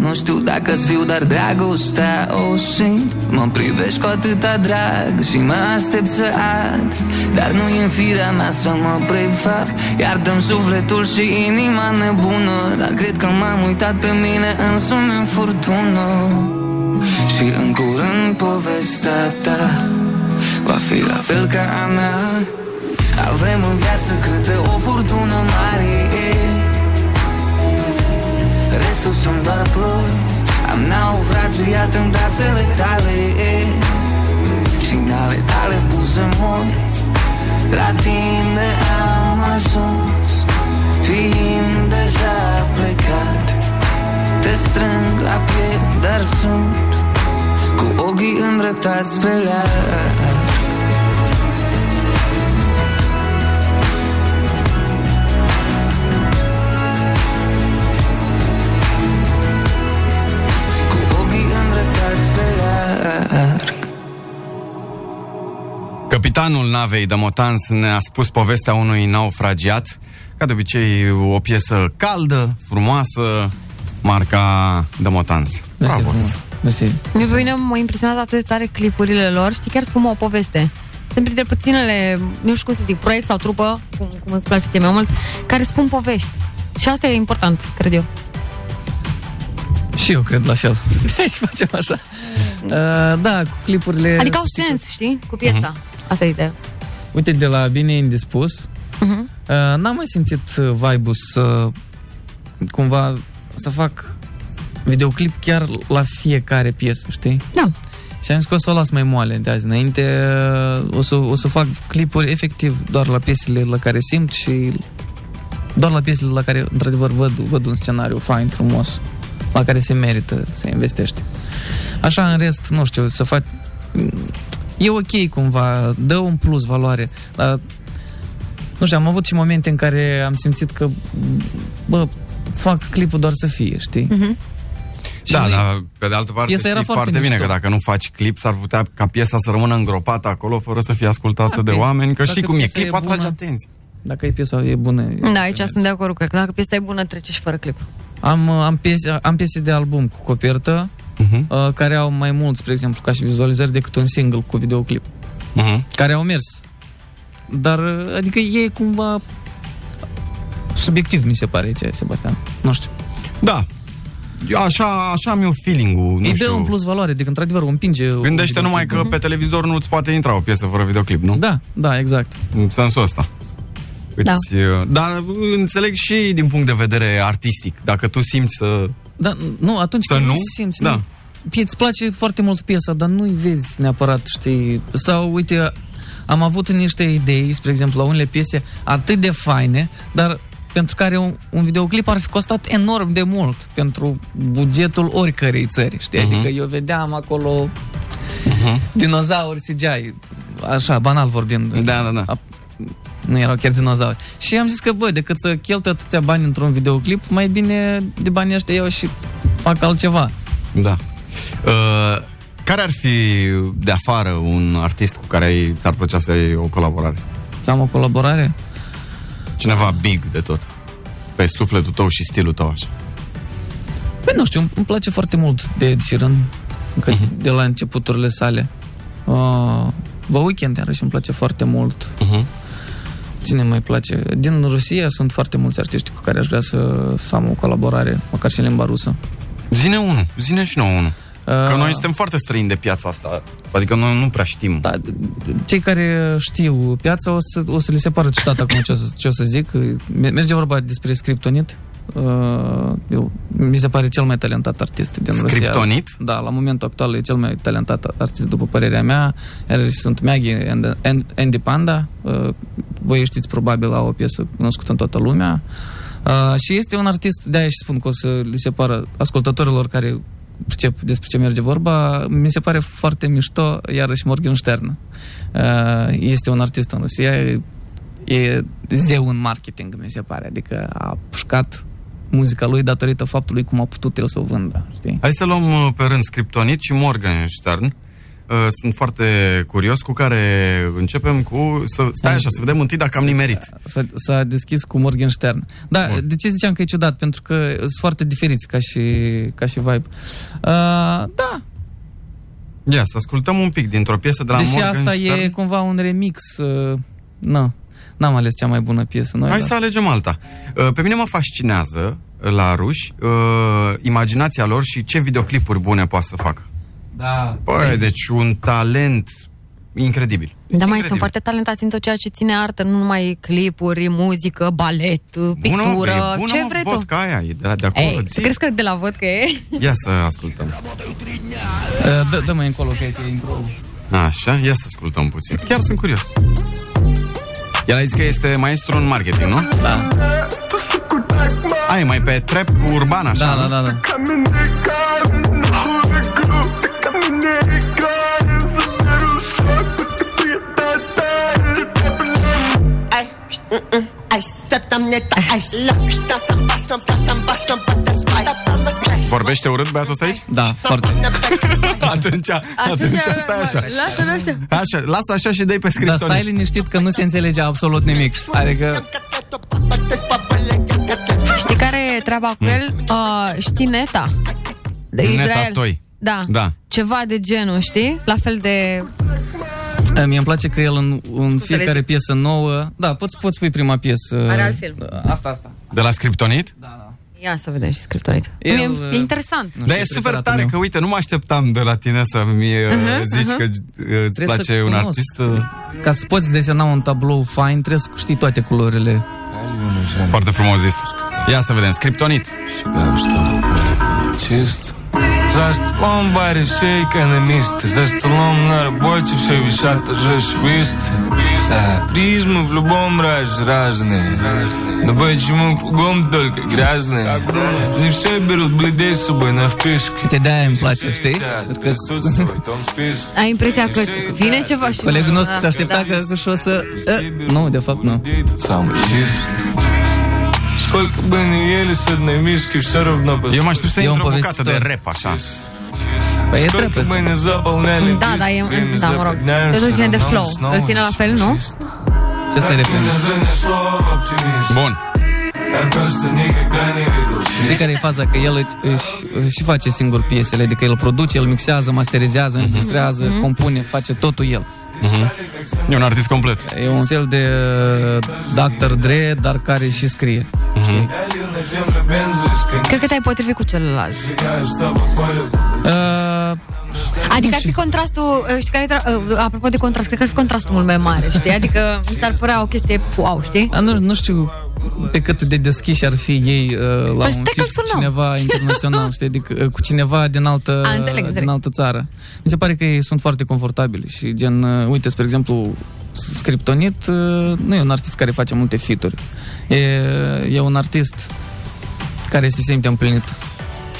Speaker 15: Nu știu dacă fiu, dar dragostea o simt Mă privești cu atâta drag și mă aștept să ard Dar nu e în firea mea să mă prefac Iar dăm sufletul și inima nebună Dar cred că m-am uitat pe mine însumi în furtună și în curând povestea ta Va fi la fel ca a mea Avem în viață câte o furtună mare Restul sunt doar ploi Am naufragiat în brațele tale Și în ale tale buze mori La tine am ajuns Fiind deja plecat Te strâng la piept, dar sunt cu ochii îndreptați spre larg Cu ochii îndreptați spre larg
Speaker 3: Capitanul navei Damotans ne-a spus povestea unui naufragiat. Ca de obicei, o piesă caldă, frumoasă, marca de Motans. Bravo!
Speaker 11: Mersi.
Speaker 4: Mi pe mine m-au impresionat atât de tare clipurile lor, știi chiar cum o poveste. Sunt printre puținele, nu știu cum să zic, proiect sau trupă, cum, cum îți place ție mai mult, care spun povești. Și asta e important, cred eu.
Speaker 11: Și eu cred la fel. Deci facem așa. Uh, da, cu clipurile...
Speaker 4: Mm. Adică au sens, știi, cu piesa.
Speaker 3: Mhm.
Speaker 4: Asta e ideea.
Speaker 11: Uite, de la Bine Indispus,
Speaker 4: Mhm.
Speaker 11: Uh, n-am mai simțit uh, vibe-ul să cumva să fac videoclip chiar la fiecare piesă, știi?
Speaker 4: Da.
Speaker 11: Și am zis că o să o las mai moale de azi înainte. uh, O să, o să fac clipuri efectiv doar la piesele la care simt și doar la piesele la care într-adevăr văd, văd un scenariu fain, frumos, la care se merită să investești. Așa, în rest, nu știu, să faci... E ok cumva, dă un plus valoare, dar nu știu, am avut și momente în care am simțit că, bă, fac clipul doar să fie, știi?
Speaker 4: Mm-hmm.
Speaker 3: Da, dar pe de altă parte
Speaker 11: Piesa
Speaker 3: știi
Speaker 11: era
Speaker 3: foarte,
Speaker 11: foarte
Speaker 3: bine
Speaker 11: mișto.
Speaker 3: că dacă nu faci clip, s-ar putea ca piesa să rămână îngropată acolo fără să fie ascultată de
Speaker 11: Ah, bine.
Speaker 3: oameni, că
Speaker 11: Dacă
Speaker 3: știi cum e,
Speaker 11: piesa e
Speaker 3: clipul atrage
Speaker 11: bună-
Speaker 3: atenție.
Speaker 11: Dacă e piesa, e bună. e-
Speaker 4: Da, aici sunt de acord, cred că dacă piesa e bună, trece și fără clip.
Speaker 11: Am, uh, am, piese, am piese de album cu copertă,
Speaker 3: Mhm.
Speaker 11: uh-huh. uh, care au mai mult, spre exemplu, ca și vizualizări decât un single cu videoclip.
Speaker 3: Uh-huh.
Speaker 11: Care au mers. Dar, uh, adică e cumva subiectiv, mi se pare, aici, Sebastian. Nu știu.
Speaker 3: Da. Eu așa, așa am eu feeling-ul, nu
Speaker 11: Îi dă
Speaker 3: știu.
Speaker 11: un plus valoare, adică, într-adevăr, o împinge... un
Speaker 3: Gândește numai că
Speaker 11: videoclip.
Speaker 3: pe televizor nu-ți poate intra o piesă fără videoclip, nu?
Speaker 11: Da, da, exact.
Speaker 3: În sensul ăsta.
Speaker 11: Da.
Speaker 3: Îți, da. Dar înțeleg și din punct de vedere artistic. Dacă tu simți să...
Speaker 11: Da, nu, atunci
Speaker 3: Să
Speaker 11: când nu
Speaker 3: nu?
Speaker 11: simți,
Speaker 3: Da.
Speaker 11: nu, Pie- îți place foarte mult piesa, dar nu-i vezi neapărat, știi? Sau, uite, am avut niște idei, spre exemplu, la unele piese atât de faine, dar pentru care un, un videoclip ar fi costat enorm de mult pentru bugetul oricărei țări, știi? Uh-huh.
Speaker 3: Mhm.
Speaker 11: Adică eu vedeam acolo uh-huh. dinozauri CGI, așa, banal vorbind.
Speaker 3: Da, da, da.
Speaker 11: nu erau chiar dinozauri. Și am zis că, bă, decât să cheltuie atâția bani într-un videoclip, mai bine de banii ăștia eu și fac altceva.
Speaker 3: Da. Uh, care ar fi de afară un artist cu care ai- ți-ar plăcea să ai o colaborare?
Speaker 11: Să am o colaborare?
Speaker 3: Cineva big de tot. Pe sufletul tău și stilul tău așa.
Speaker 11: Păi nu știu, îmi place foarte mult de Ed Sheeran, încă
Speaker 3: Mhm.
Speaker 11: uh-huh. de la începuturile sale. Uh, vă weekend iarăși îmi place foarte mult.
Speaker 3: Uh-huh.
Speaker 11: Cine mai place? Din Rusia sunt foarte mulți artiști cu care aș vrea să, să am o colaborare, măcar și în limba rusă.
Speaker 3: Zine unul, zine și nouă unul. Că
Speaker 11: Uh.
Speaker 3: noi suntem foarte străini de piața asta. Adică noi nu prea știm.
Speaker 11: Da, Cei care știu piața o să, o să le se pară ciudat acum ce o să, ce o să zic. Me- Merge vorba despre Scriptonit. Uh, eu, mi se pare cel mai talentat artist din Rusia.
Speaker 3: Scriptonit?
Speaker 11: Da, la momentul actual e cel mai talentat artist, după părerea mea. Iar sunt Maggie and, and, Andy Panda. Uh, voi știți probabil la o piesă cunoscută în toată lumea. Uh, și este un artist, de-aia și spun că o să li se pară ascultătorilor care pricep despre ce merge vorba, mi se pare foarte mișto, iarăși Morgenstern. Uh, este un artist în Rusia, e, e zeu în marketing, mi se pare, adică a pușcat muzica lui datorită faptului cum a putut el să o vândă, știi?
Speaker 3: Hai să luăm uh, pe rând Scriptonit și Morgenstern. Uh, Sunt foarte curios cu care începem cu... Să, stai așa, să vedem întâi
Speaker 11: Deci,
Speaker 3: dacă am nimerit.
Speaker 11: S-a, s-a deschis cu Morgenstern. Da, de ce ziceam că e ciudat? Pentru că sunt foarte diferiți ca și, ca și vibe. Uh, da,
Speaker 3: Ia, să ascultăm un pic dintr-o piesă de la
Speaker 11: uh, Deși
Speaker 3: Morgenstern.
Speaker 11: asta e cumva un remix. Uh, nu, n-am ales cea mai bună piesă. Noi,
Speaker 3: Hai
Speaker 11: da.
Speaker 3: să alegem alta. Uh, Pe mine mă fascinează uh, la ruși uh, imaginația lor și ce videoclipuri bune poate să facă.
Speaker 11: Da.
Speaker 3: Păi, deci un talent incredibil.
Speaker 4: Dar Da, mai
Speaker 3: Incredibil.
Speaker 4: sunt foarte talentați în tot ceea ce ține artă, nu numai clipuri, muzică, balet,
Speaker 3: Bună, mă,
Speaker 4: pictură,
Speaker 3: e bună,
Speaker 4: ce
Speaker 3: mă,
Speaker 4: vrei tu.
Speaker 3: vodka aia e de, la, de acolo.
Speaker 4: Ei, tu
Speaker 3: zi.
Speaker 4: crezi că de la văd că e?
Speaker 3: Ia să ascultăm.
Speaker 11: Uh, dă, dă-mă încolo că aici e intro.
Speaker 3: Așa, ia să ascultăm puțin. Chiar sunt curios. El a zis că este maestru în marketing, nu?
Speaker 11: Da.
Speaker 3: Ai mai pe trap urban, așa?
Speaker 11: Da, da, da, da.
Speaker 3: Vorbește urât băiatul ăsta aici?
Speaker 11: Da, foarte.
Speaker 3: atunci, atunci, stai așa.
Speaker 4: Lasă-l așa.
Speaker 3: Așa, lasă așa și dai pe
Speaker 11: Dar
Speaker 3: scriptoriu.
Speaker 11: stai liniștit că nu se înțelege absolut nimic. Adică...
Speaker 4: Știi care e treaba cu el?
Speaker 11: Mm.
Speaker 4: Uh, știi Neta? De
Speaker 3: Neta
Speaker 4: Israel.
Speaker 3: Toi.
Speaker 4: Da.
Speaker 3: Da.
Speaker 4: Ceva de genul, știi? La fel de...
Speaker 11: uh, Mie îmi place că el în, în fiecare
Speaker 4: zic.
Speaker 11: piesă nouă... Da, poți, poți pui prima piesă. uh,
Speaker 4: Are alt film.
Speaker 11: Asta, asta.
Speaker 3: De la Scriptonit?
Speaker 4: Ia să vedem și scriptorit.
Speaker 11: El,
Speaker 4: E
Speaker 11: uh,
Speaker 4: interesant.
Speaker 3: Dar e super tare că, uite, nu mă așteptam de la tine să-mi uh
Speaker 4: Mhm,
Speaker 3: zici
Speaker 4: mhm.
Speaker 3: că uh,
Speaker 11: Trebuie
Speaker 3: îți
Speaker 11: să
Speaker 3: place un
Speaker 11: cunosc.
Speaker 3: artist. uh,
Speaker 11: Ca să poți desena un tablou fain, trebuie să știi toate culorile.
Speaker 3: Foarte frumos zis. Ia să vedem, Scriptonit.
Speaker 16: Чисто. За столом баре все экономисты За столом на работе все висят зашибисты да. Призмы в любом разе разные Но почему кругом только грязные Не все берут бледей с собой на вписке
Speaker 11: Te de-aia îmi place, știi?
Speaker 4: Ai impresia că vine ceva și...
Speaker 11: Colegul nostru
Speaker 4: Da.
Speaker 11: se aștepta că și o să... Eh, Nu, de fapt nu.
Speaker 16: Самый чистый Сколько бы ни ели с одной миски, все равно
Speaker 3: Eu mă aștept să
Speaker 16: Я
Speaker 3: intru o bucată de rap, așa.
Speaker 11: Păi
Speaker 16: Сколько бы ни заполняли
Speaker 4: Da, da,
Speaker 16: диск,
Speaker 4: e,
Speaker 16: время
Speaker 4: da, mă rog.
Speaker 16: западняем,
Speaker 4: Totul
Speaker 16: всё
Speaker 4: ține de
Speaker 16: равно
Speaker 4: flow.
Speaker 16: снова
Speaker 4: Îl ține la fel, nu?
Speaker 11: Ce stai repede?
Speaker 3: Bun.
Speaker 11: Știi care e faza? Că el îți- își, își face singur piesele, adică el produce, el mixează, masterizează, înregistrează,
Speaker 3: Mhm.
Speaker 11: compune, face totul el.
Speaker 3: E un artist complet.
Speaker 11: E un fel de uh, Dr. Dre, dar care și scrie.
Speaker 4: Cred că te-ai potrivit cu celălalt.
Speaker 11: Uh,
Speaker 4: Adică ar fi contrastul, uh, știi care e tra- uh, apropo de contrast, cred că ar fi contrastul mult mai mare, știi? Adică mi s-ar părea o chestie wow, știi?
Speaker 11: Dar nu, nu știu pe cât de deschiși ar fi ei uh, la
Speaker 4: Păi
Speaker 11: un
Speaker 4: stai că-l
Speaker 11: fit cu
Speaker 4: sunăm.
Speaker 11: cineva internațional, știi, adică uh, cu cineva din altă,
Speaker 4: A, înțeleg, înțeleg.
Speaker 11: din altă țară. Mi se pare că ei sunt foarte confortabili și gen, uh, uite, spre exemplu, Scriptonit uh, nu e un artist care face multe fituri. E, e un artist care se simte împlinit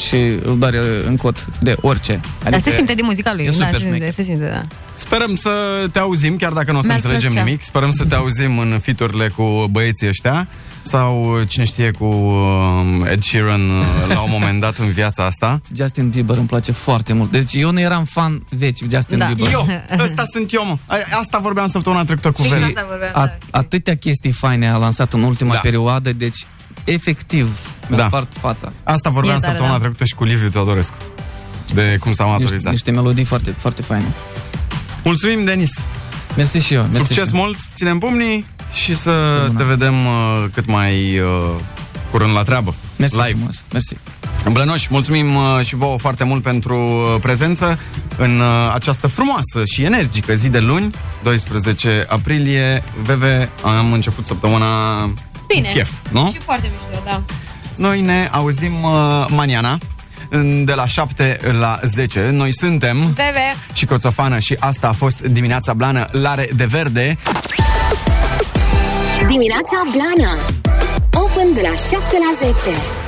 Speaker 11: și îl doare în cot de orice.
Speaker 4: Adică Dar se simte din muzica lui.
Speaker 11: e
Speaker 4: da,
Speaker 11: super
Speaker 4: se, simte,
Speaker 11: șmecher.
Speaker 4: se simte, da.
Speaker 3: Sperăm să te auzim, chiar dacă nu o să
Speaker 4: Mi-ar
Speaker 3: înțelegem
Speaker 4: plăcea.
Speaker 3: nimic. Sperăm să te auzim în fiturile cu băieții ăștia sau cine știe cu um, Ed Sheeran uh, la un moment dat în viața asta.
Speaker 11: Justin Bieber îmi place foarte mult. Deci eu nu eram fan veci
Speaker 4: Da.
Speaker 11: Justin Bieber.
Speaker 3: Eu, ăsta sunt eu, mă. A- Asta vorbeam săptămâna trecută cu
Speaker 11: Și
Speaker 3: Vera.
Speaker 11: a, atâtea chestii faine a lansat în ultima
Speaker 3: Da.
Speaker 11: perioadă, deci efectiv mi-a
Speaker 3: Da.
Speaker 11: spart fața.
Speaker 3: Asta vorbeam
Speaker 11: E tare,
Speaker 3: săptămâna
Speaker 11: da.
Speaker 3: trecută și cu Liviu Teodorescu. De cum s-a
Speaker 11: Niște,
Speaker 3: maturizat.
Speaker 11: niște melodii foarte, foarte faine.
Speaker 3: Mulțumim, Denis!
Speaker 11: Mersi și eu. Mersi
Speaker 3: Succes
Speaker 11: și eu.
Speaker 3: mult, ținem pumnii și să te vedem uh, cât mai uh, curând la treabă.
Speaker 11: Mersi
Speaker 3: Live.
Speaker 11: frumos. Mersi.
Speaker 3: Blănoș, mulțumim uh, și vouă foarte mult pentru uh, prezență în uh, această frumoasă și energică zi de luni, 12 aprilie. Veve, am început săptămâna
Speaker 4: Bine.
Speaker 3: cu chef, nu?
Speaker 4: Și foarte mișto, da.
Speaker 3: Noi ne auzim uh, maniana în- de la 7 la 10. Noi suntem
Speaker 4: Bebe.
Speaker 3: și Coțofană și asta a fost dimineața blană lare de verde.
Speaker 2: Dimineața Blana Open de la 7 la 10